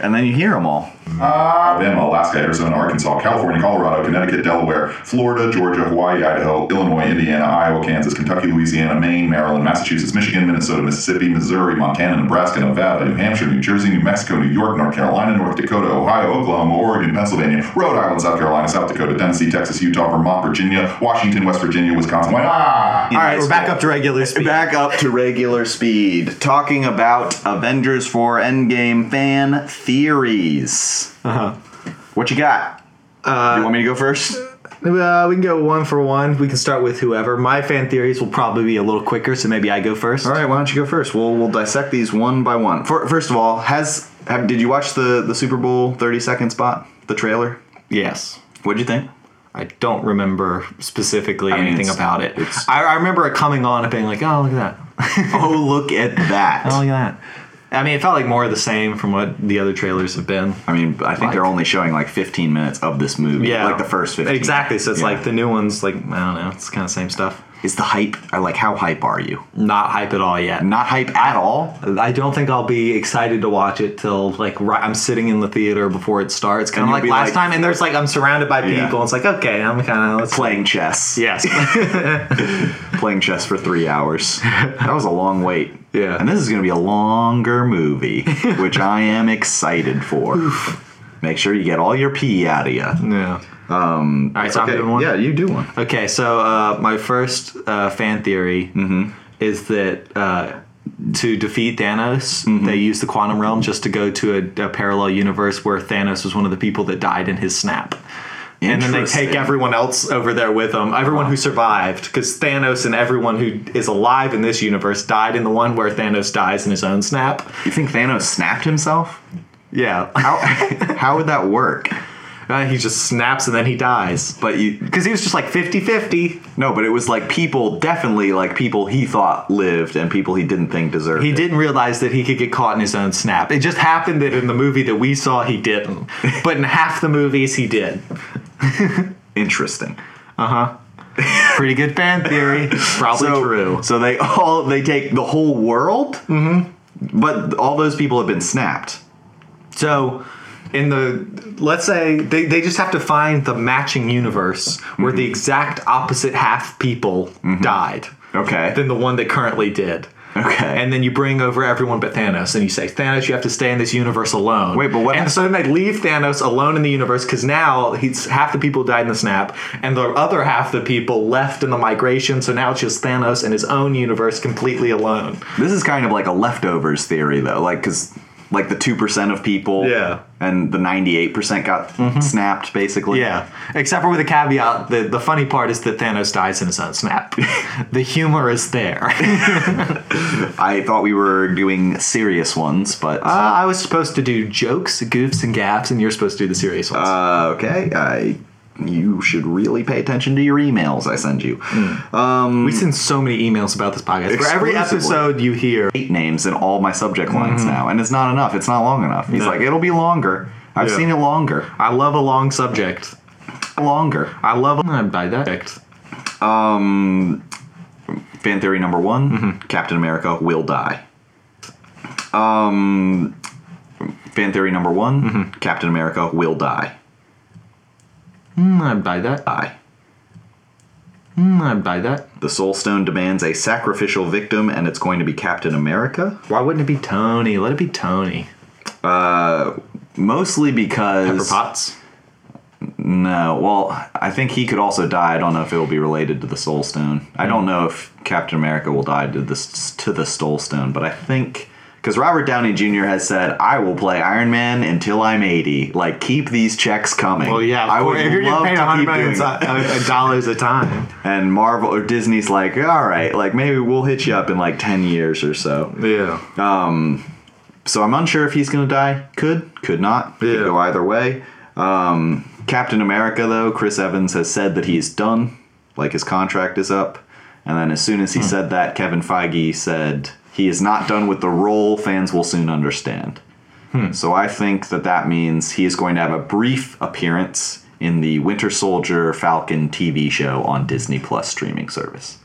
S2: And then you hear them all.
S3: Alabama, Uh, Alaska, Arizona, Arkansas, California, Colorado, Connecticut, Delaware, Florida, Georgia, Hawaii, Idaho, Illinois, Indiana, Iowa, Kansas, Kentucky, Louisiana, Maine, Maryland, Massachusetts, Michigan, Minnesota, Mississippi, Missouri, Montana, Nebraska, Nevada, New Hampshire, New Jersey, New Mexico, New York, North Carolina, North Dakota, Ohio, Oklahoma, Oregon, Pennsylvania, Rhode Island, South Carolina, South Dakota, Tennessee, Texas, Utah, Vermont, Virginia, Washington, West Virginia, Wisconsin, Wyoming.
S1: All right, we're back up to regular speed.
S2: Back up to regular speed. Talking about Avengers 4 Endgame fan theories. Uh huh. What you got? Uh, you want me to go first?
S1: Uh, we can go one for one. We can start with whoever. My fan theories will probably be a little quicker, so maybe I go first.
S2: All right, why don't you go first? We'll we'll dissect these one by one. For, first of all, has have, did you watch the the Super Bowl thirty second spot? The trailer.
S1: Yes.
S2: What'd you think?
S1: I don't remember specifically
S2: I mean,
S1: anything
S2: it's-
S1: about it.
S2: it's-
S1: I, I remember it coming on and being like, oh, look at that.
S2: oh, look at
S1: Oh,
S2: that!
S1: look at that. I mean, it felt like more of the same from what the other trailers have been.
S2: I mean, I think they're only showing like fifteen minutes of this movie.
S1: Yeah.
S2: like the first fifteen.
S1: Exactly. So it's
S2: Yeah.
S1: like the new one's like, I don't know, it's kind of same stuff.
S2: Is the hype? I like how hype are you?
S1: Not hype at all yet.
S2: Not hype at all.
S1: I don't think I'll be excited to watch it till like right, I'm sitting in the theater before it starts, kind
S2: And
S1: of
S2: you'll
S1: like
S2: be
S1: last
S2: like-
S1: time. And there's like I'm surrounded by people.
S2: Yeah.
S1: And it's like okay, I'm kind of
S2: Playing chess.
S1: yes.
S2: playing chess for three hours. That was a long wait.
S1: Yeah.
S2: And this is going to be a longer movie, which I am excited for. Make sure you get all your pee out of you.
S1: yeah. Um, all right, so I'm doing one.
S2: Yeah, you do one.
S1: Okay, so uh, my first uh, fan theory is that uh, to defeat Thanos, they used the quantum realm just to go to a, a parallel universe where Thanos was one of the people that died in his snap. And then they take
S2: Interesting.
S1: everyone else over there with them, everyone who survived, because Thanos and everyone who is alive in this universe died in the one where Thanos dies in his own snap.
S2: You think Thanos snapped himself?
S1: Yeah,
S2: How, how would that work?
S1: Uh, he just snaps and then he dies.
S2: But you
S1: Because he was just like 50 50.
S2: no, but it was like people definitely like people he thought lived and people he didn't think deserved.
S1: He
S2: it.
S1: didn't realize that he could get caught in his own snap. It just happened that in the movie that we saw, he didn't. But in half the movies, he did.
S2: Interesting.
S1: Pretty good fan theory. Probably
S2: so,
S1: true.
S2: So they all they take the whole world. Mm-hmm. But all those people have been snapped.
S1: So, in the let's say they, they just have to
S2: Mm-hmm.
S1: find the matching universe where the exact opposite half people died.
S2: Okay.
S1: than the one they currently did.
S2: okay.
S1: And then you bring over everyone but Thanos, and you say, Thanos, you have to stay in this universe alone.
S2: Wait, but what
S1: And
S2: hap-
S1: so then they leave Thanos alone in the universe because now he's half the people died in the snap, and the other half the people left in the migration. So now it's just Thanos in his own universe, completely alone.
S2: this is kind of like a leftovers theory though, like because like the two percent of people,
S1: Yeah. Mm-hmm.
S2: and the ninety-eight percent got snapped basically.
S1: Yeah, except for with a caveat. The the funny part is that Thanos dies in his own snap. the humor is there. uh,
S2: I thought we were doing serious ones, but
S1: I was supposed to do jokes, goofs, and gaffs, and you're supposed to do the serious ones.
S2: Uh, okay, I. You should really pay attention to your emails I send you.
S1: Hmm.
S2: Um,
S1: we send so many emails about this podcast. For every
S2: Exclusively.
S1: episode you hear,
S2: eight names in all my subject lines now, and it's not enough. It's not long enough. He's
S1: Mm-hmm. No.
S2: like, it'll be longer. I've
S1: Yeah.
S2: seen it longer,
S1: I love a long subject.
S2: longer.
S1: I love a by that. subject.
S2: Fan theory number one:
S1: Mm-hmm.
S2: Captain America will die. Um, fan theory number one:
S1: Mm-hmm.
S2: Captain America will die.
S1: Mm, I buy that.
S2: Die.
S1: Mm, I buy that.
S2: The Soul Stone demands a sacrificial victim, and it's going to be Captain America.
S1: Why wouldn't it be Tony? Let it be Tony.
S2: Mostly
S1: Pepper
S2: because
S1: Potts.
S2: No, well, I think he could also die. I don't know if it'll be related to the Soul Stone. I don't know if Captain America will die to this to the Soul Stone, but I think because Robert Downey Jr. has said, "I will play Iron Man until I'm 80. Like, keep these checks coming."
S1: Well, yeah.
S2: I would
S1: if you're
S2: love
S1: getting paid
S2: to
S1: $100
S2: keep
S1: million
S2: doing
S1: so-
S2: that.
S1: uh, dollars a time.
S2: And Marvel or Disney's like, "All right, like maybe we'll hit you up in like 10 years or so."
S1: Yeah.
S2: So I'm unsure if he's going to die. Could, could not. Could
S1: Yeah.
S2: go either way. Um, Captain America, though, Chris Evans has said that he's done. Like his contract is up. And then as soon as he said that, Kevin Feige said he is not done with the role. Fans will soon understand. So I think that that means he is going to have a brief appearance in the Winter Soldier Falcon TV show on Disney Plus streaming service,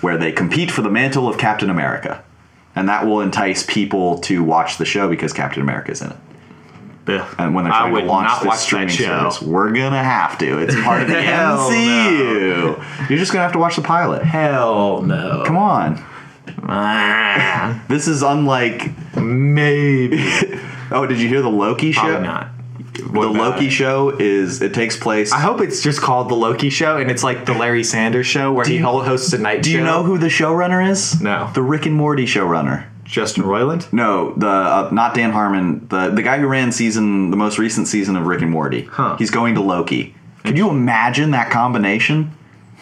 S2: where they compete for the mantle of Captain America. And that will entice people to watch the show because Captain America is in it.
S1: yeah.
S2: And when they're
S1: I
S2: trying
S1: would
S2: to launch
S1: not
S2: this
S1: watch
S2: streaming
S1: that show.
S2: service, we're gonna have to. It's part of the
S1: Hell no.
S2: MCU. You're just gonna have to watch the pilot. Oh,
S1: Hell no.
S2: Come on,
S1: Ah,
S2: this is unlike.
S1: Maybe.
S2: Oh, did you hear the Loki show?
S1: Probably not.
S2: The Loki show is it takes place.
S1: I hope it's just called the Loki show, and it's like the Larry Sanders show where he ho- hosts a night
S2: Do
S1: show.
S2: you know who the showrunner is?
S1: No.
S2: The Rick and Morty showrunner.
S1: Justin Roiland?
S2: No, the uh, not Dan Harmon, the the guy who ran season the most recent season of Rick and Morty.
S1: Huh.
S2: He's going to Loki. Could you imagine that combination?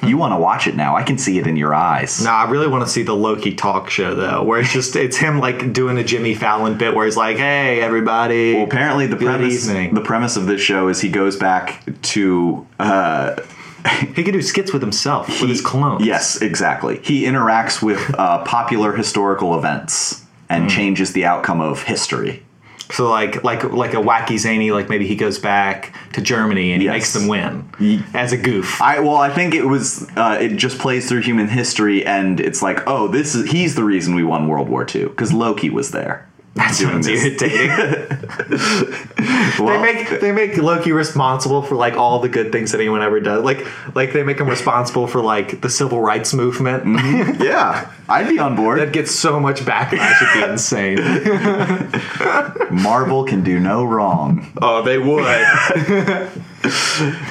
S2: You want to watch it now. I can see it in your eyes.
S1: Hmm. No, I really want to see the Loki talk show though, where it's just it's him like doing a Jimmy Fallon bit where he's like, "Hey, everybody."
S2: Well, apparently the
S1: Good
S2: premise
S1: evening.
S2: the premise of this show is he goes back to uh,
S1: he could do skits with himself with his
S2: he-
S1: clones.
S2: Yes, exactly. He interacts with uh, popular historical events
S1: Hmm.
S2: and changes the outcome of history.
S1: So like like like a wacky zany like maybe he goes back to Germany and he
S2: Yes.
S1: makes them win
S2: Ye-
S1: as a goof.
S2: I well, I think it was uh, it just plays through human history, and it's like, oh, this is he's the reason we won World War II because Loki was there.
S1: that sounds
S2: this.
S1: irritating. they
S2: Well,
S1: make they make Loki responsible for like all the good things that anyone ever does. Like like they make him responsible for like the civil rights movement.
S2: Mm-hmm. yeah, I'd be on board.
S1: That gets so much backlash, it'd be insane.
S2: Marvel can do no wrong.
S1: Oh, they would.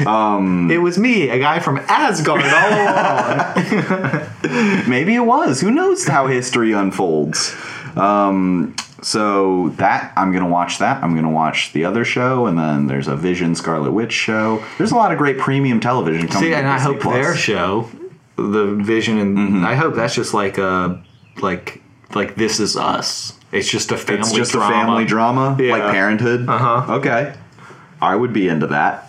S1: um,
S2: Um,
S1: it was me, a guy from Asgard. Oh,
S2: Maybe it was. Who knows how history unfolds? Um, so that I'm gonna watch that. I'm gonna watch the other show, and then there's a Vision Scarlet Witch show. There's a lot of great premium television coming.
S1: see,
S2: to
S1: and I
S2: Disney
S1: hope
S2: Plus. Mm-hmm.
S1: their show, the Vision, and I hope that's just like a like like this is us. It's just a family.
S2: It's just
S1: drama.
S2: a family drama,
S1: Yeah.
S2: like Parenthood. Uh huh. Okay, I would be into that.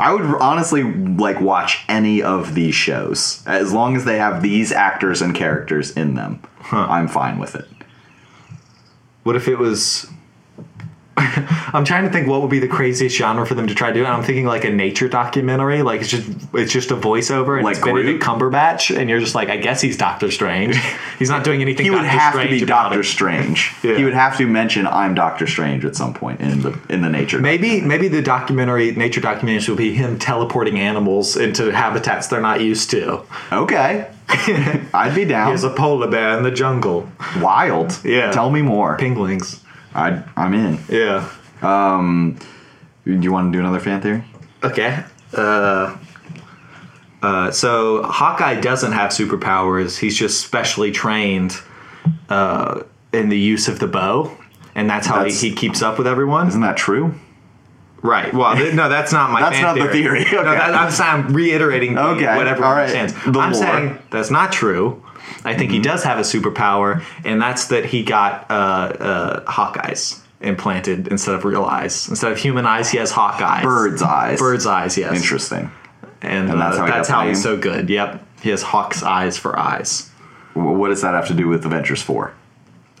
S2: I would honestly like watch any of these shows as long as they have these actors and characters in them. I'm fine with it.
S1: What if it was? I'm trying to think what would be the craziest genre for them to try to do, and I'm thinking like a nature documentary. Like it's just it's just a voiceover and
S2: Like
S1: it's Benedict
S2: Groot?
S1: Cumberbatch, and you're just like, I guess he's Doctor Strange. he's not doing anything.
S2: He would
S1: Doctor
S2: have
S1: Strange
S2: to be
S1: about
S2: Doctor
S1: it.
S2: Strange.
S1: Yeah.
S2: He would have to mention I'm Doctor Strange at some point in the in the nature.
S1: Maybe maybe the documentary nature documentary will be him teleporting animals into habitats they're not used to.
S2: Okay. I'd be down.
S1: There's a polar bear in the jungle.
S2: Wild.
S1: Yeah.
S2: Tell me more.
S1: Penguins.
S2: I I'm in.
S1: Yeah.
S2: Do you want to do another fan theory?
S1: Okay. Uh, uh, so Hawkeye doesn't have superpowers. He's just specially trained uh, in the use of the bow, and that's how
S2: That's-
S1: he, he keeps up with everyone.
S2: Isn't that true?
S1: Right. Well, th- no, that's not my.
S2: That's
S1: fan
S2: not the theory.
S1: No,
S2: Okay.
S1: that, I'm, saying- I'm reiterating
S2: Okay.
S1: what everyone
S2: All right.
S1: understands.
S2: The
S1: I'm
S2: lore. Mm-hmm.
S1: saying that's not true. I think he does have a superpower, and that's that he got uh, uh, hawk eyes implanted instead of real eyes. Instead of human eyes, he has hawk eyes.
S2: Bird's eyes.
S1: Bird's eyes. Yes.
S2: Interesting.
S1: And,
S2: And
S1: uh,
S2: that's
S1: that's
S2: how
S1: how,
S2: he got the
S1: he's
S2: name?
S1: so good. Yep. He has hawk's eyes for eyes.
S2: W- What does that have to do with Avengers Four?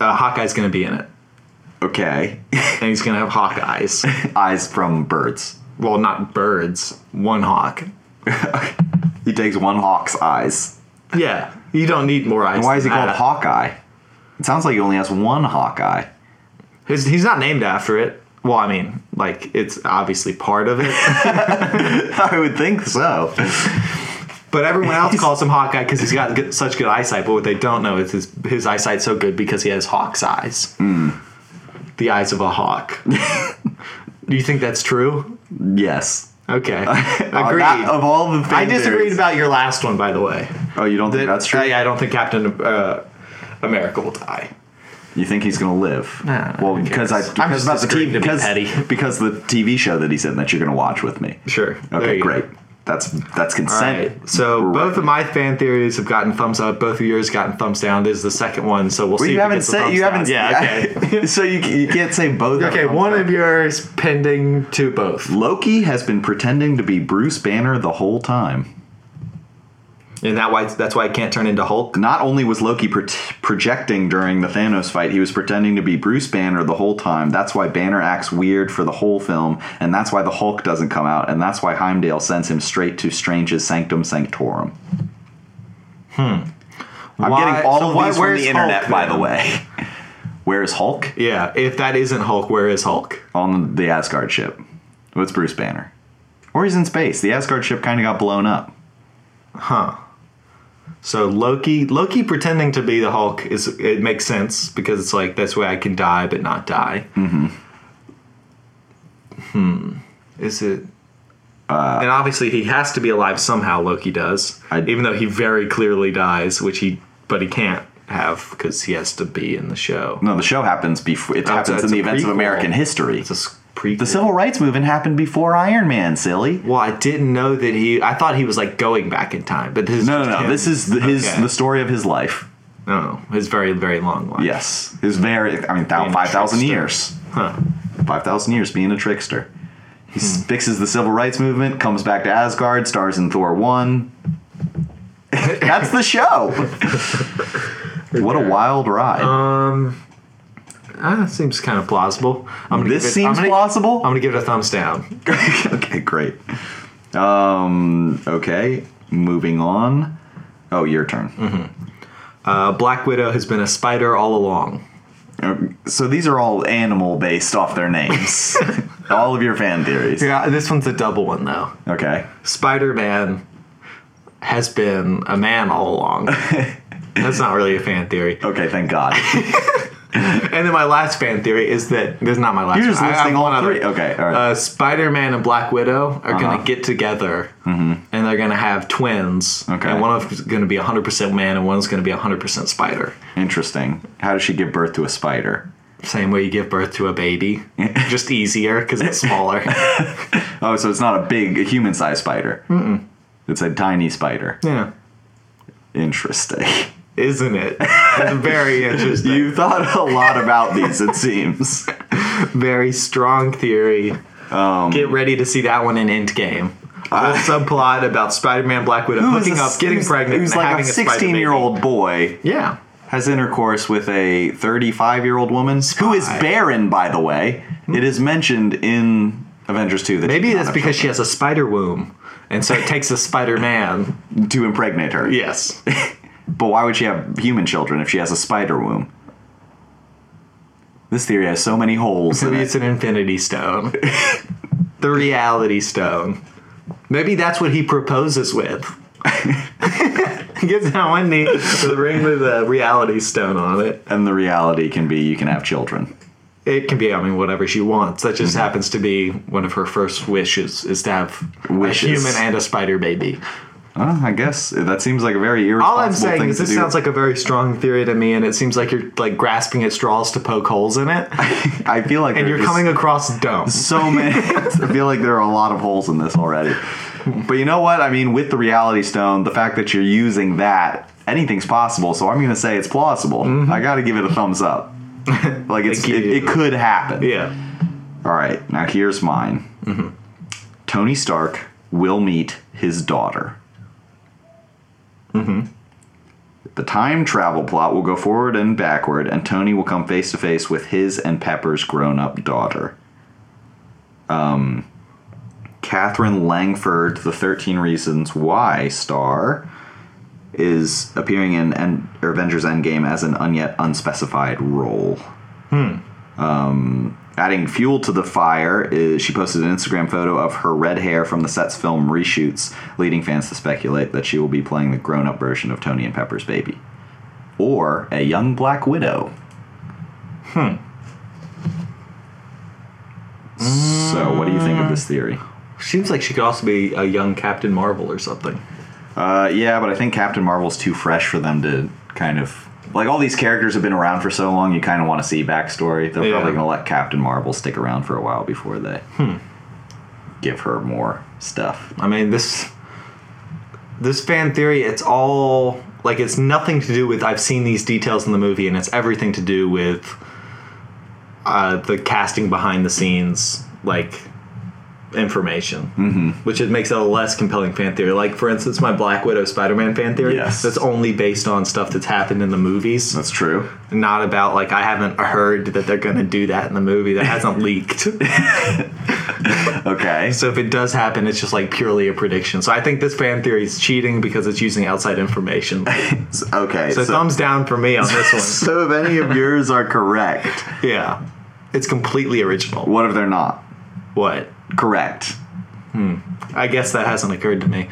S1: Uh, Hawkeye's going to be in it,
S2: Okay.
S1: and he's going to have hawk eyes.
S2: eyes from birds.
S1: well, not birds. One hawk.
S2: He takes one hawk's eyes.
S1: Yeah. You don't need more eyes.
S2: And why is he
S1: than
S2: called
S1: that.
S2: Hawkeye? It sounds like he only has one Hawkeye.
S1: His, he's not named after it. Well, I mean, like it's obviously part of it,
S2: I would think so.
S1: but everyone else calls him Hawkeye because he's got good, such good eyesight. But what they don't know is his, his eyesight's so good because he has hawk's eyes,
S2: Hmm.
S1: the eyes of a hawk. Do you think that's true?
S2: yes.
S1: Okay,
S2: Uh,
S1: agreed.
S2: that- of all the, fan
S1: I disagreed
S2: theories-
S1: about your last one, by the way.
S2: Oh, you don't think that's true?
S1: I, I don't think Captain uh, America will die.
S2: You think he's gonna live?
S1: Nah,
S2: well,
S1: who
S2: because I
S1: cares?
S2: because
S1: I'm just
S2: about the
S1: disagreeing to be
S2: because,
S1: petty.
S2: because the TV show that he's in that you're gonna watch with me.
S1: Sure. There
S2: Okay,
S1: you go.
S2: great. That's that's
S1: All
S2: consent.
S1: right. So
S2: Right.
S1: both of my fan theories have gotten thumbs up. Both of yours have gotten thumbs down. This is the second one, so we'll
S2: Well,
S1: see.
S2: you
S1: if it
S2: haven't
S1: gets a
S2: said
S1: thumbs
S2: you
S1: down.
S2: haven't
S1: Yeah. Okay.
S2: so you, c- you can't say both.
S1: Okay,
S2: have
S1: one
S2: thumbs
S1: of yours pending to both,
S2: up. Loki has been pretending to be Bruce Banner the whole time.
S1: and that why that's why it can't turn into Hulk.
S2: Not only was Loki pro- projecting during the Thanos fight, he was pretending to be Bruce Banner the whole time. That's why Banner acts weird for the whole film, and that's why the Hulk doesn't come out, and that's why Heimdall sends him straight to Strange's Sanctum Sanctorum. I'm
S1: Hmm. Why-
S2: getting all
S1: so
S2: of
S1: why-
S2: these from
S1: where's
S2: the internet,
S1: Hulk
S2: by the
S1: then?
S2: way. Where is Hulk?
S1: Yeah. If that isn't Hulk, where is Hulk?
S2: On the Asgard ship. What's Bruce Banner? Or he's in space. The Asgard ship kind of got blown up.
S1: So Loki, Loki pretending to be the Hulk is it makes sense because it's like that's where I can die but not die. Mm-hmm. Hmm. Is it? and obviously he has to be alive somehow. Loki does,
S2: I-
S1: even though he very clearly dies, which he but he can't have because he has to be in the show.
S2: No, the show happens before.
S1: Oh,
S2: It
S1: it's a-
S2: happens in
S1: it's
S2: the
S1: a
S2: events
S1: prequel.
S2: of American history.
S1: It's a s- prequel.
S2: The civil rights movement happened before Iron Man. Silly.
S1: well, I didn't know that he. I thought he was like going back in time, but this is
S2: No,
S1: just
S2: no, no.
S1: him.
S2: This is the, his
S1: Okay.
S2: the story of his life.
S1: no his very very long one.
S2: Yes, his very. I mean,
S1: Being
S2: thou,
S1: a
S2: five thousand
S1: trickster.
S2: years.
S1: Huh.
S2: Five thousand years being a trickster. He
S1: Hmm.
S2: fixes the civil rights movement. Comes back to Asgard. Stars in Thor one. That's the show. what a wild ride.
S1: Um, Ah, that seems kind of plausible. I'm gonna
S2: This
S1: give it-
S2: seems
S1: I'm gonna-
S2: plausible.
S1: I'm gonna give it a thumbs down.
S2: okay, great. Um, okay, moving on. Oh, your turn.
S1: Mm-hmm. Uh, Black Widow has been a spider all along.
S2: Uh, So these are all animal based off their names. all of your fan theories.
S1: Yeah, this one's a double one though.
S2: Okay.
S1: Spider Man has been a man all along. That's not really a fan theory.
S2: Okay, thank God.
S1: And then my last fan theory is that this is not my last.
S2: You're just
S1: one. I- I have
S2: listing
S1: one
S2: all
S1: other.
S2: three. Okay, all right. Uh-huh.
S1: Uh, Spider Man and Black Widow are gonna get together, and they're gonna have twins.
S2: Mm-hmm. Okay.
S1: and one of them's gonna be 100 percent man, and one's gonna be 100 percent spider.
S2: Interesting. How does she give birth to a spider?
S1: Same way you give birth to a baby, just easier because it's smaller.
S2: Oh, so it's not a big, a human sized spider. Mm-mm. It's a tiny spider.
S1: Yeah.
S2: Interesting.
S1: Isn't it? It's very interesting.
S2: you thought a lot about these, it seems.
S1: very strong theory.
S2: Um,
S1: Get ready to see that one in Endgame. A little subplot about Spider-Man, Black Widow
S2: Who is
S1: hooking
S2: a-
S1: up, getting
S2: who's-
S1: pregnant,
S2: Who's
S1: and
S2: like
S1: having
S2: a
S1: spider baby.
S2: sixteen-year-old boy
S1: Yeah,
S2: has intercourse with a 35 year old woman who is barren, by the way. It is mentioned in Avengers 2 that
S1: Hmm. Maybe
S2: she did not
S1: that's
S2: have
S1: because she has a spider womb, and so it takes a Spider Man.
S2: children to impregnate her.
S1: Yes.
S2: But why would she have human children if she has a spider womb? This theory has so many holes in
S1: Maybe
S2: it.
S1: it's an infinity stone. the reality stone. Maybe that's what he proposes with. He Gets down one knee with a ring with a reality stone on it.
S2: And the reality can be you can have children.
S1: It can be, I mean, whatever she wants. That
S2: Mm-hmm.
S1: just happens to be one of her first wishes is to have
S2: Wishes.
S1: a human and a spider baby.
S2: Well, I guess that seems like a very irresponsible
S1: All I'm saying
S2: thing
S1: is
S2: to
S1: this
S2: do.
S1: sounds like a very strong theory to me, and it seems like you're like grasping at straws to poke holes in it,
S2: I feel like
S1: and you're coming across dumb.
S2: so many. I feel like there are a lot of holes in this already. But you know what? I mean, with the reality stone, the fact that you're using that, anything's possible. So I'm going to say it's plausible. I got to give it a thumbs up. Like it's
S1: Thank
S2: it,
S1: you.
S2: it could happen.
S1: Yeah.
S2: All right, now here's mine. Tony Stark will meet his daughter. The time travel plot will go forward and backward, and Tony will come face to face with his and Pepper's grown up daughter. Um, Catherine Langford, the 13 Reasons Why star, is appearing in End- Avengers Endgame as an un- yet unspecified role adding fuel to the fire is she posted an instagram photo of her red hair from the set's film reshoots leading fans to speculate that she will be playing the grown-up version of tony and pepper's baby or a young black widow hmm so what do you think of this theory
S1: Seems like she could also be a young Captain Marvel or something.
S2: uh, yeah but i think captain marvel's too fresh for them to kind of like all these characters have been around for so long you kind of want to see backstory they're
S1: Yeah.
S2: probably going to let captain marvel stick around for a while before they
S1: Hmm.
S2: give her more stuff
S1: I mean this this fan theory, it's all like it's nothing to do with I've seen these details in the movie, and it's everything to do with uh, the casting behind the scenes, like information, mm-hmm. which it makes it a less compelling fan theory. Like for instance, my Black Widow Spider-Man fan theory
S2: Yes.
S1: that's only based on stuff that's happened in the movies,
S2: that's true
S1: not about like I haven't heard that they're going to do that in the movie that hasn't leaked.
S2: okay
S1: So if it does happen, it's just like purely a prediction. So I think this fan theory is cheating because it's using outside information.
S2: okay
S1: So, thumbs down for me on this
S2: so if any of yours are correct
S1: one. Yeah. It's completely original.
S2: what if they're not
S1: What?
S2: correct
S1: I guess that hasn't occurred to me.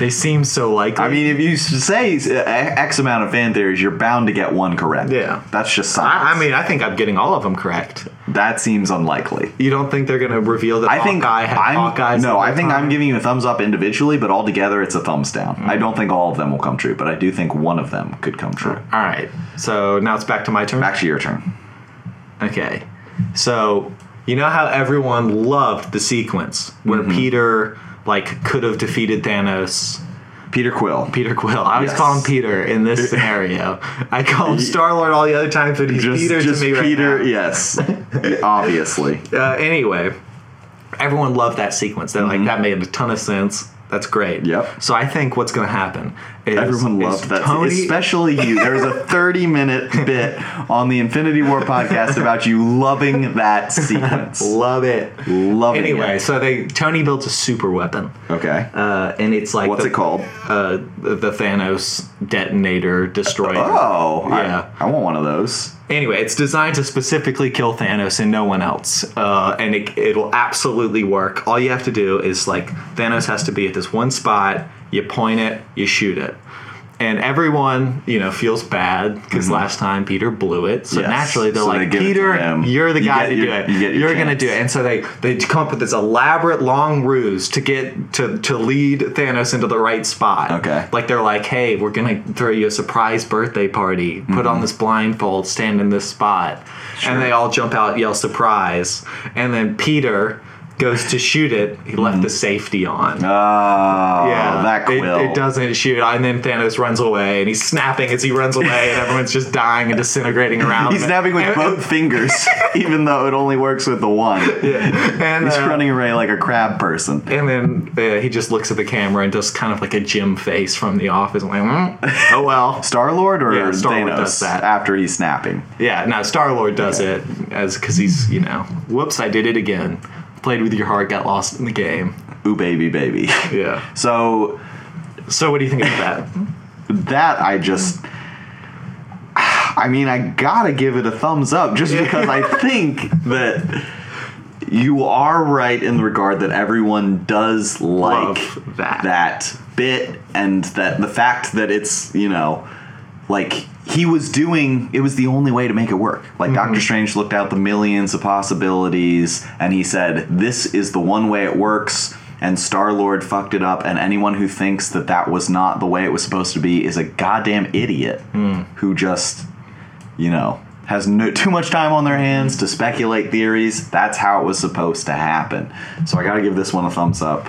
S1: they seem so likely.
S2: i mean if you s- say s- a- x amount of fan theories you're bound to get one correct
S1: Yeah.
S2: that's just science
S1: I, I mean, I think I'm getting all of them correct.
S2: that seems unlikely
S1: You don't think they're going to reveal that
S2: I think
S1: Hawkeye had
S2: I'm
S1: Hawkeyes? the
S2: no.
S1: whole
S2: I think
S1: time?
S2: I'm giving you a thumbs up individually, but altogether it's a thumbs down.
S1: Mm-hmm.
S2: I don't think all of them will come true, but I do think one of them could come true.
S1: All right. So now it's back to my turn.
S2: Back to your turn.
S1: Okay. So, you know how everyone loved the sequence where
S2: Mm-hmm.
S1: Peter like could have defeated Thanos.
S2: Peter Quill.
S1: Peter Quill. I always
S2: Yes.
S1: call him Peter in this scenario. I call him Star Lord all the other times, but he's Peter to me
S2: Peter.
S1: right
S2: Yes, obviously.
S1: now. Uh, anyway, everyone loved that sequence. They're like, that made a ton of sense. That's great.
S2: Mm-hmm. Yep.
S1: So I think what's going to happen is
S2: Everyone
S1: is
S2: loved that,
S1: Tony,
S2: especially you. There was a 30 minute bit on the Infinity War podcast about you loving that sequence.
S1: love it.
S2: Loving
S1: Anyway,
S2: it.
S1: so they Tony builds a super weapon,
S2: Okay.
S1: uh, and it's like
S2: What's
S1: the-
S2: it called?
S1: uh, the the Thanos detonator destroyer.
S2: Oh, I-
S1: Yeah.
S2: I want one of those.
S1: Anyway, it's designed to specifically kill Thanos and no one else, uh, and it, it'll absolutely work. All you have to do is like Thanos has to be at this one spot. You point it, you shoot it, and everyone you know feels bad because last time Peter blew it. So
S2: Mm-hmm. Yes.
S1: naturally they're
S2: So they
S1: like,
S2: give it to
S1: Peter,
S2: him.
S1: you're the
S2: You
S1: guy
S2: get
S1: to
S2: your-
S1: do it.
S2: you get your
S1: are gonna do
S2: chance."
S1: it. And so they they come up with this elaborate long ruse to get to to lead Thanos into the right spot.
S2: Okay.
S1: Like they're like, hey, we're gonna throw you a surprise birthday party. Put
S2: Mm-hmm.
S1: on this blindfold, stand in this spot, and they all jump out, yell surprise, and then Peter goes to shoot it, he left the safety on.
S2: Mm-hmm. Oh,
S1: yeah,
S2: that
S1: it-
S2: quill.
S1: It, doesn't shoot, and then Thanos runs away, and he's snapping as he runs away, and everyone's just dying and disintegrating around.
S2: He's
S1: him.
S2: nabbing with
S1: And-
S2: both fingers, even though it only works with the one.
S1: And,
S2: He's
S1: uh,
S2: running away like a crab person.
S1: And then uh, he just looks at the camera and does kind of like a Jim face from the office. like, "Mm, oh well.
S2: Star Lord or
S1: Yeah, Star-Lord
S2: Thanos
S1: does that.
S2: after he's snapping.
S1: Yeah, no, Star Lord does it as because he's you know, whoops, I did it again. Played with your heart, got lost in the game.
S2: Ooh, baby, baby.
S1: Yeah.
S2: So
S1: So what do you think about that?
S2: that I just. I mean, I gotta give it a thumbs up just because I think that you are right in the regard that everyone does like
S1: Love that.
S2: that bit and that the fact that it's, you know, like he was doing it was the only way to make it work like
S1: Mm-hmm.
S2: doctor strange looked out the millions of possibilities and he said this is the one way it works and star lord fucked it up and anyone who thinks that that was not the way it was supposed to be is a goddamn idiot
S1: Hmm.
S2: who just you know has no, too much time on their hands to speculate theories that's how it was supposed to happen so i gotta give this one a thumbs up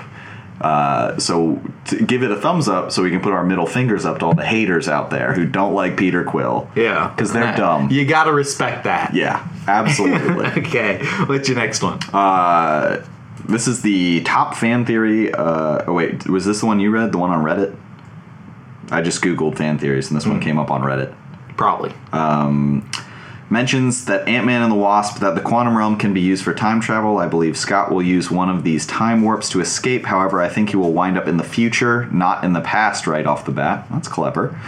S2: uh, so t- give it a thumbs up so we can put our middle fingers up to all the haters out there who don't like Peter Quill.
S1: Yeah,
S2: Because they're dumb.
S1: You gotta respect that.
S2: Yeah, absolutely.
S1: Okay, what's your next one?
S2: uh, this is the top fan theory. Uh, oh, wait, was this the one you read? The one on Reddit? I just Googled fan theories and this one came up on Reddit.
S1: Probably.
S2: mentions that Ant-Man and the Wasp that the quantum realm can be used for time travel. I believe Scott will use one of these time warps to escape. However, I think he will wind up in the future, not in the past right off the bat. That's clever.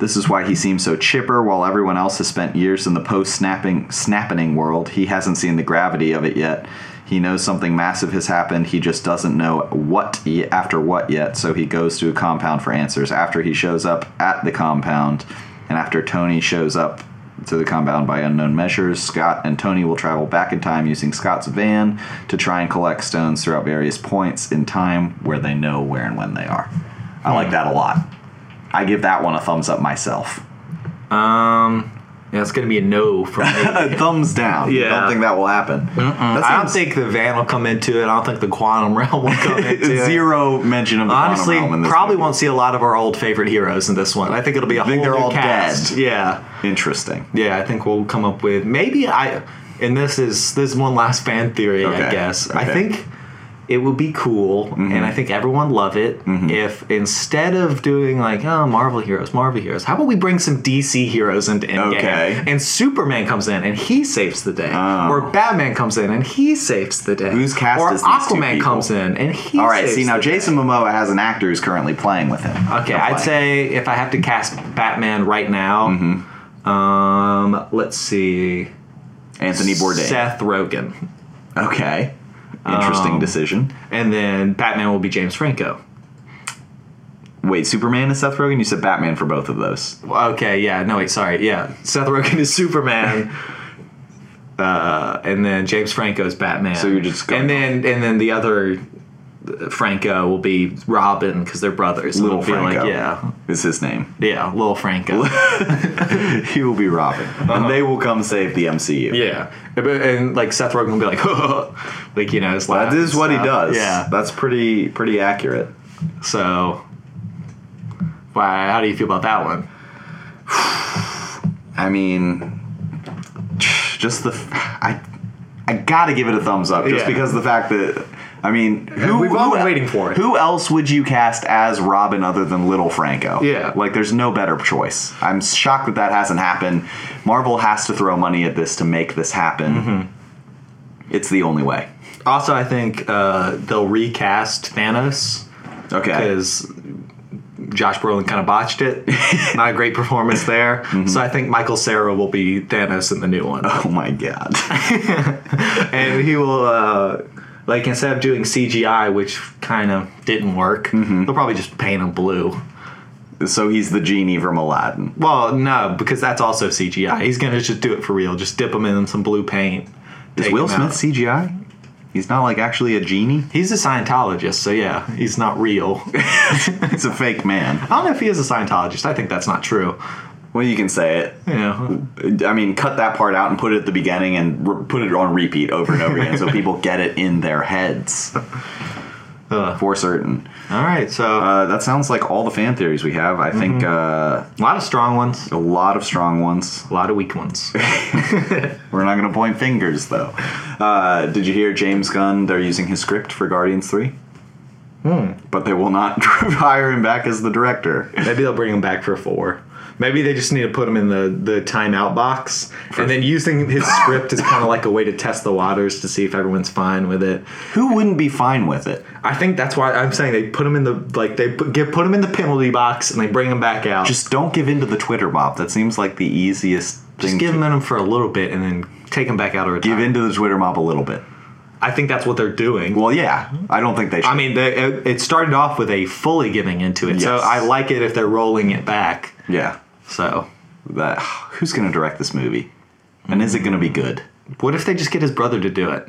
S2: This is why he seems so chipper while everyone else has spent years in the post-snapping snapping world. He hasn't seen the gravity of it yet. He knows something massive has happened. He just doesn't know what y- after what yet. So he goes to a compound for answers. After he shows up at the compound, and after Tony shows up to the compound by unknown measures, Scott and Tony will travel back in time using Scott's van to try and collect stones throughout various points in time where they know where and when they are. I like that a lot. I give that one a thumbs up myself.
S1: yeah, it's gonna be a no from me.
S2: A thumbs down.
S1: Yeah.
S2: Don't think that will happen. That
S1: I don't
S2: seems-
S1: think the van will come into it. I don't think the quantum realm will come into it.
S2: zero mention of the quantum
S1: Honestly,
S2: realm in this
S1: probably
S2: movie.
S1: won't see a lot of our old favorite heroes in this one. I think it'll be a
S2: I
S1: whole
S2: think they're
S1: new
S2: all
S1: cast.
S2: dead.
S1: Yeah,
S2: Interesting.
S1: yeah. I think we'll come up with maybe I. And this is this is one last fan theory, I
S2: Okay,
S1: guess. I
S2: okay. Mm-hmm.
S1: think it would be cool, and I think everyone love it if instead of doing like oh Marvel heroes, Marvel heroes, how about we bring some DC heroes into Endgame?
S2: Okay.
S1: And Superman comes in and he saves the day, or Batman comes in and he saves the day.
S2: Who's cast
S1: Or
S2: as these two
S1: Aquaman
S2: people?
S1: comes in and he.
S2: All right.
S1: saves
S2: See now,
S1: the day.
S2: Jason Momoa has an actor who's currently playing with him.
S1: Okay,
S2: They're
S1: I'd
S2: playing.
S1: say if I have to cast Batman right now,
S2: Mm-hmm.
S1: um, let's see,
S2: Anthony Bourdain.
S1: Seth Rogen,
S2: Okay. Interesting
S1: Um,
S2: decision.
S1: and then Batman will be James Franco.
S2: Wait, Superman is Seth Rogen? You said Batman for both of those.
S1: Okay, yeah, no wait, sorry, yeah, Seth Rogen is Superman, uh, and then James Franco is Batman.
S2: So you're just going
S1: and then and then the other uh, Franco will be Robin because they're brothers. and
S2: Little
S1: it'll be like,
S2: Franco.
S1: yeah,
S2: Is his name.
S1: yeah, little Franco.
S2: he will be Robin. And they will come save the MCU.
S1: Uh-huh. Yeah, and, and, like Seth Rogen will be like, like you know, it's like
S2: That is what he does.
S1: Yeah.
S2: That's pretty pretty accurate.
S1: So, why? How do you feel about that one?
S2: I mean just the f- I I gotta give it a thumbs up just
S1: Yeah.
S2: because the fact that I mean who
S1: we've all
S2: who
S1: been
S2: el-
S1: waiting for it.
S2: Who else would you cast as Robin other than Little Franco?
S1: Yeah.
S2: Like there's no better choice. I'm shocked that that hasn't happened. Marvel has to throw money at this to make this happen.
S1: Mm-hmm.
S2: It's the only way.
S1: Also, I think uh, they'll recast Thanos
S2: Okay.
S1: because Josh Brolin kind of botched it. Not a great performance there.
S2: Mm-hmm.
S1: So I think Michael Sarah will be Thanos in the new one,
S2: Oh my god.
S1: and he will. Uh, like instead of doing CGI, which kind of didn't work,
S2: Mm-hmm.
S1: they'll probably just paint him blue.
S2: so he's the genie from Aladdin.
S1: Well, no, because that's also CGI. He's gonna just do it for real. Just dip him in some blue paint.
S2: Is
S1: take
S2: Will
S1: him
S2: Smith
S1: out.
S2: CGI? He's not like actually a genie.
S1: He's a Scientologist, so yeah, he's not real. I
S2: He's a fake man.
S1: don't know if he is a Scientologist. I think that's not true.
S2: Well, you can say it.
S1: Yeah.
S2: I mean, cut that part out and put it at the beginning and re- put it on repeat over and over again so people get it in their heads. For certain.
S1: All right. So
S2: Uh, that sounds like all the fan theories we have. I think uh,
S1: a lot of strong ones,
S2: a lot of strong ones.
S1: a lot of weak ones.
S2: We're not going to point fingers, though. Uh, did you hear James Gunn? They're using his script for Guardians 3.
S1: Hmm.
S2: But they will not hire him back as the director.
S1: Maybe they'll bring him back for four. Maybe they just need to put him in the, the timeout box. and then using his script is kind of like a way to test the waters to see if everyone's fine with it.
S2: Who wouldn't be fine with it?
S1: I think that's why I'm saying they put him in the like they put, get put him in the penalty box and they bring him back out. Just,
S2: Just don't give in to the Twitter mob. That seems like the easiest thing.
S1: give
S2: to
S1: him in him for a little bit and then take him back out or
S2: give in to the Twitter mob a little bit.
S1: I think that's what they're doing.
S2: Well, yeah. Mm-hmm. I don't think they should.
S1: I mean, they, it it started off with a fully giving into it, so
S2: Yes.
S1: I like it if they're rolling it back.
S2: yeah.
S1: So,
S2: That, who's going to direct this movie? And is it going to be good?
S1: what if they just get his brother to do it?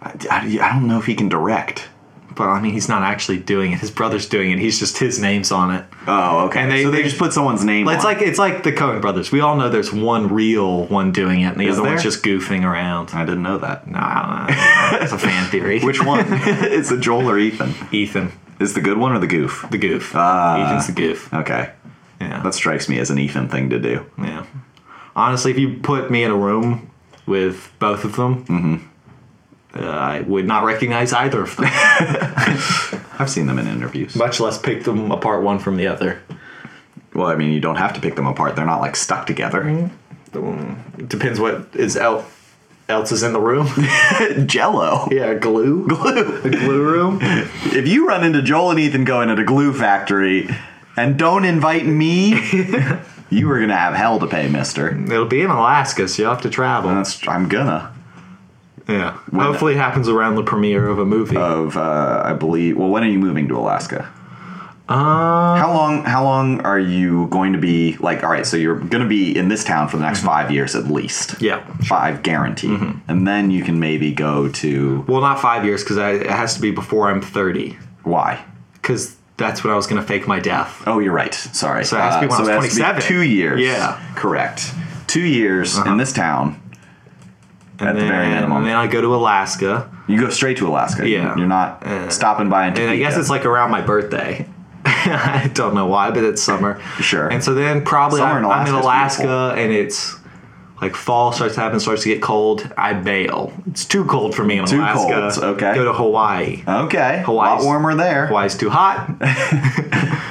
S2: I, I, I don't know if he can direct.
S1: But I mean, he's not actually doing it. His brother's doing it. He's just his name's on it.
S2: Oh, okay.
S1: And they-
S2: so they,
S1: they-
S2: just put someone's name.
S1: It's
S2: on
S1: like it's like the Coen brothers. We all know there's one real one doing it, and the
S2: Is
S1: other one's
S2: there?
S1: just goofing around.
S2: I didn't know that.
S1: No, I don't know. It's a fan theory.
S2: Which one? is it Joel or Ethan?
S1: Ethan,
S2: Is the good one or the goof?
S1: the goof.
S2: Ah.
S1: Ethan's the goof.
S2: Okay,
S1: Yeah,
S2: that strikes me as an Ethan thing to do.
S1: yeah. Honestly, if you put me in a room with both of them, uh, I would not recognize either of them.
S2: I've seen them in interviews.
S1: Much less pick them apart one from the other.
S2: well, I mean, you don't have to pick them apart. They're not like stuck together.
S1: Mm. Depends what is el- else is in the room.
S2: Mm-hmm. Jello.
S1: yeah, glue.
S2: Glue.
S1: The glue room.
S2: If you run into Joel and Ethan going at a glue factory and don't invite me, you are gonna have hell to pay, Mister.
S1: It'll be in Alaska, so you'll have to travel.
S2: That's I'm gonna.
S1: yeah. Hopefully, it happens around the premiere of a movie.
S2: Of uh, I believe. Well, when are you moving to Alaska? how long how long are you going to be like all right so you're going to be in this town for the next five years at least
S1: Yeah.
S2: five guaranteed and then you can maybe go to
S1: Well, not five years, because it has to be before I'm 30.
S2: why
S1: Because that's when I was going to fake my death.
S2: oh you're right sorry Uh,
S1: So it has to be when I was
S2: it has to be
S1: 27.
S2: two years
S1: Yeah. Uh-huh.
S2: correct two years in this town
S1: And
S2: At the
S1: then,
S2: very minimum.
S1: And then I go to Alaska.
S2: you go straight to alaska
S1: Yeah. Uh,
S2: you're not stopping by in
S1: And I guess
S2: Topeka.
S1: it's like around my birthday. I don't know why, but it's summer.
S2: Sure.
S1: And so then probably
S2: Summer
S1: I'm,
S2: in
S1: I'm in
S2: Alaska
S1: Alaska
S2: is
S1: and it's like fall starts to happen, starts to get cold. I bail. It's too cold for me in
S2: Too
S1: Alaska.
S2: cold, okay.
S1: Go to Hawaii.
S2: okay a lot
S1: Hawaii's-
S2: warmer there
S1: Hawaii's too hot.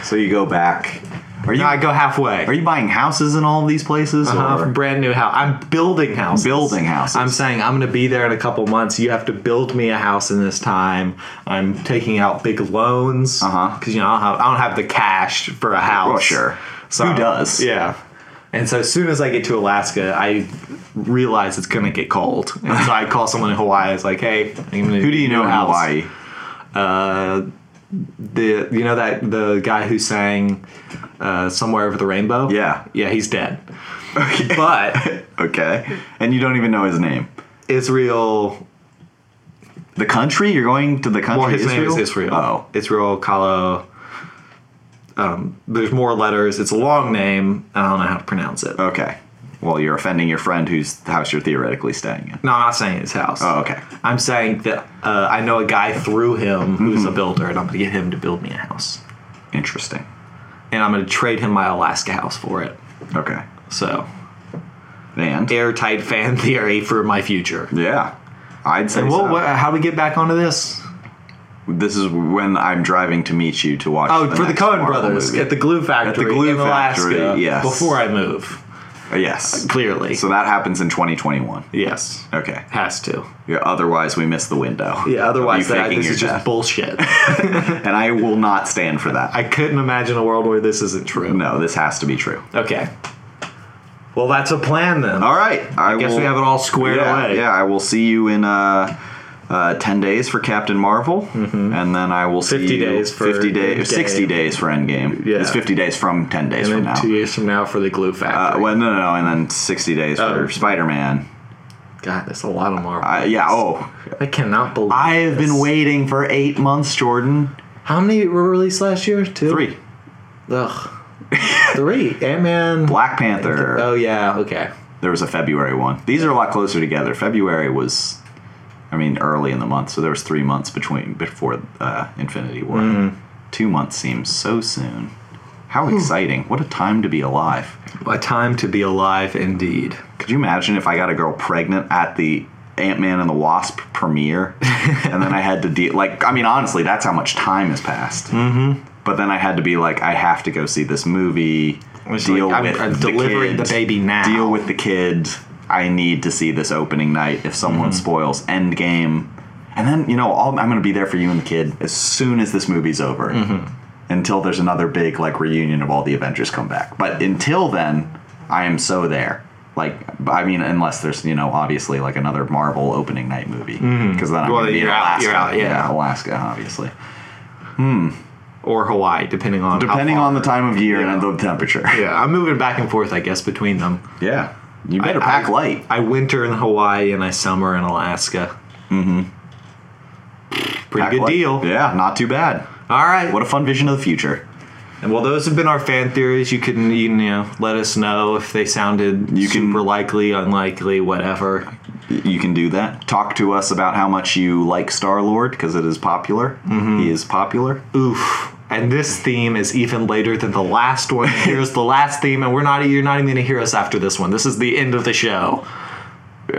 S2: so you go back are you
S1: No, I go halfway.
S2: are you buying houses in all of these places
S1: Uh,
S2: or-
S1: brand new house. I'm building houses.
S2: Building houses.
S1: I'm saying I'm going to be there in a couple months. You have to build me a house in this time. I'm taking out big loans
S2: Uh-huh.
S1: because you know I don't, have, I don't have the cash for a house.
S2: Well, sure.
S1: So,
S2: Who does?
S1: Yeah. And so as soon as I get to Alaska, I realize it's going to get cold. And so I call someone in Hawaii. It's like, hey, I'm gonna
S2: who do you know in hawaii
S1: Uh, the you know that the guy who sang uh, somewhere over the rainbow.
S2: Yeah.
S1: yeah, he's dead. But
S2: Okay. And you don't even know his name.
S1: Israel.
S2: The country? You're going to the country?
S1: Well, his
S2: Israel?
S1: name is Israel.
S2: Oh.
S1: Israel Kalo. Um, there's more letters. It's a long name. I don't know how to pronounce it.
S2: Oh, Okay. Well, you're offending your friend whose house you're theoretically staying in.
S1: No, I'm not saying his house.
S2: Oh, okay.
S1: I'm saying that uh, I know a guy through him who's a builder, and I'm going to get him to build me a house,
S2: Interesting.
S1: and I'm going to trade him my Alaska house for it.
S2: Okay.
S1: So
S2: And?
S1: airtight fan theory for my future.
S2: yeah. I'd say
S1: And what,
S2: so.
S1: what, how do we get back onto this?
S2: This is when I'm driving to meet you to watch.
S1: Oh, for the
S2: next
S1: Cohen
S2: Marvel
S1: brothers
S2: movie.
S1: at the glue factory
S2: glue
S1: in Alaska
S2: factory, yes.
S1: before I move.
S2: Uh, yes.
S1: Clearly,
S2: So that happens in 2021.
S1: yes,
S2: Okay.
S1: has to.
S2: Yeah, otherwise, we miss the window.
S1: Yeah, otherwise
S2: Of you
S1: that,
S2: faking
S1: this
S2: your
S1: is just
S2: death.
S1: bullshit.
S2: and I will not stand for that.
S1: I couldn't imagine a world where this isn't true.
S2: no, this has to be true.
S1: Okay. Well, that's a plan then.
S2: All right. I,
S1: I guess
S2: will,
S1: we have it all squared
S2: yeah,
S1: away.
S2: Yeah, I will see you in uh, uh, 10 days for Captain Marvel, and then I will see
S1: 50
S2: you
S1: Mm-hmm. days for
S2: 50 days,
S1: Endgame.
S2: 60 days for Endgame.
S1: Yeah.
S2: It's 50 days from 10 days
S1: And
S2: from
S1: then
S2: now.
S1: two years from now for the glue
S2: Uh,
S1: factory.
S2: well, no, no, no, and then 60 days
S1: Oh.
S2: for Spider Man.
S1: God, that's a lot of Marvel.
S2: Uh, yeah, oh.
S1: I cannot believe.
S2: I have been
S1: this.
S2: waiting for eight months, Jordan.
S1: How many were released last year? Two.
S2: Three.
S1: Ugh. Three. Ant Man.
S2: Black Panther.
S1: Oh yeah. Okay.
S2: There was a February one. These are a lot closer together. February was, I mean, early in the month, so there was three months between before uh, Infinity War.
S1: Mm-hmm.
S2: Two months seems so soon. How
S1: Hmm.
S2: exciting! What a time to be alive.
S1: A time to be alive, indeed.
S2: Could you imagine if I got a girl pregnant at the Ant Man and the Wasp premiere, and then I had to deal? Like, I mean, honestly, that's how much time has passed. Mm-hmm. But then I had to be like, I have to go see this movie.
S1: It's
S2: deal
S1: like, I'm-
S2: with
S1: I'm
S2: the
S1: delivering the
S2: kid,
S1: baby now.
S2: Deal with the kid. I need to see this opening night. If someone
S1: Mm-hmm.
S2: spoils Endgame, and then you know, I'll, I'm going to be there for you and the kid as soon as this movie's over.
S1: Mm-hmm.
S2: Until there's another big like reunion of all the Avengers come back. But until then, I am so there. Like, I mean, unless there's you know obviously like another Marvel opening night movie, because then
S1: Mm-hmm.
S2: I'm
S1: Well,
S2: gonna be in
S1: you're out-
S2: Alaska.
S1: you're out, yeah.
S2: Alaska, obviously.
S1: Or Hawaii, depending on how
S2: Depending
S1: far.
S2: on the time of year
S1: Yeah.
S2: and the temperature.
S1: Yeah, I'm moving back and forth, I guess, between them.
S2: Yeah. You better pack
S1: I,
S2: light.
S1: I winter in Hawaii and I summer in Alaska. Mm-hmm. Pretty
S2: Pack
S1: good
S2: light.
S1: deal.
S2: Yeah, not too bad.
S1: All right.
S2: What a fun vision of the future.
S1: And well, those have been our fan theories. You can you know let us know if they sounded
S2: You can-
S1: super likely, unlikely, whatever.
S2: You can do that. Talk to us about how much you like Star Lord because it is popular. He is popular.
S1: Oof. And this theme is even later than the last one. Here's the last theme, and we're not you're not even gonna hear us after this one. This is the end of the show.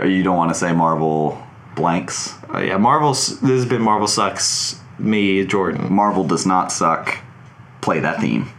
S2: Uh, You don't want to say Marvel blanks.
S1: Uh, yeah, Marvel's this has been Marvel Sucks, me, Jordan.
S2: Marvel does not suck. Play that theme.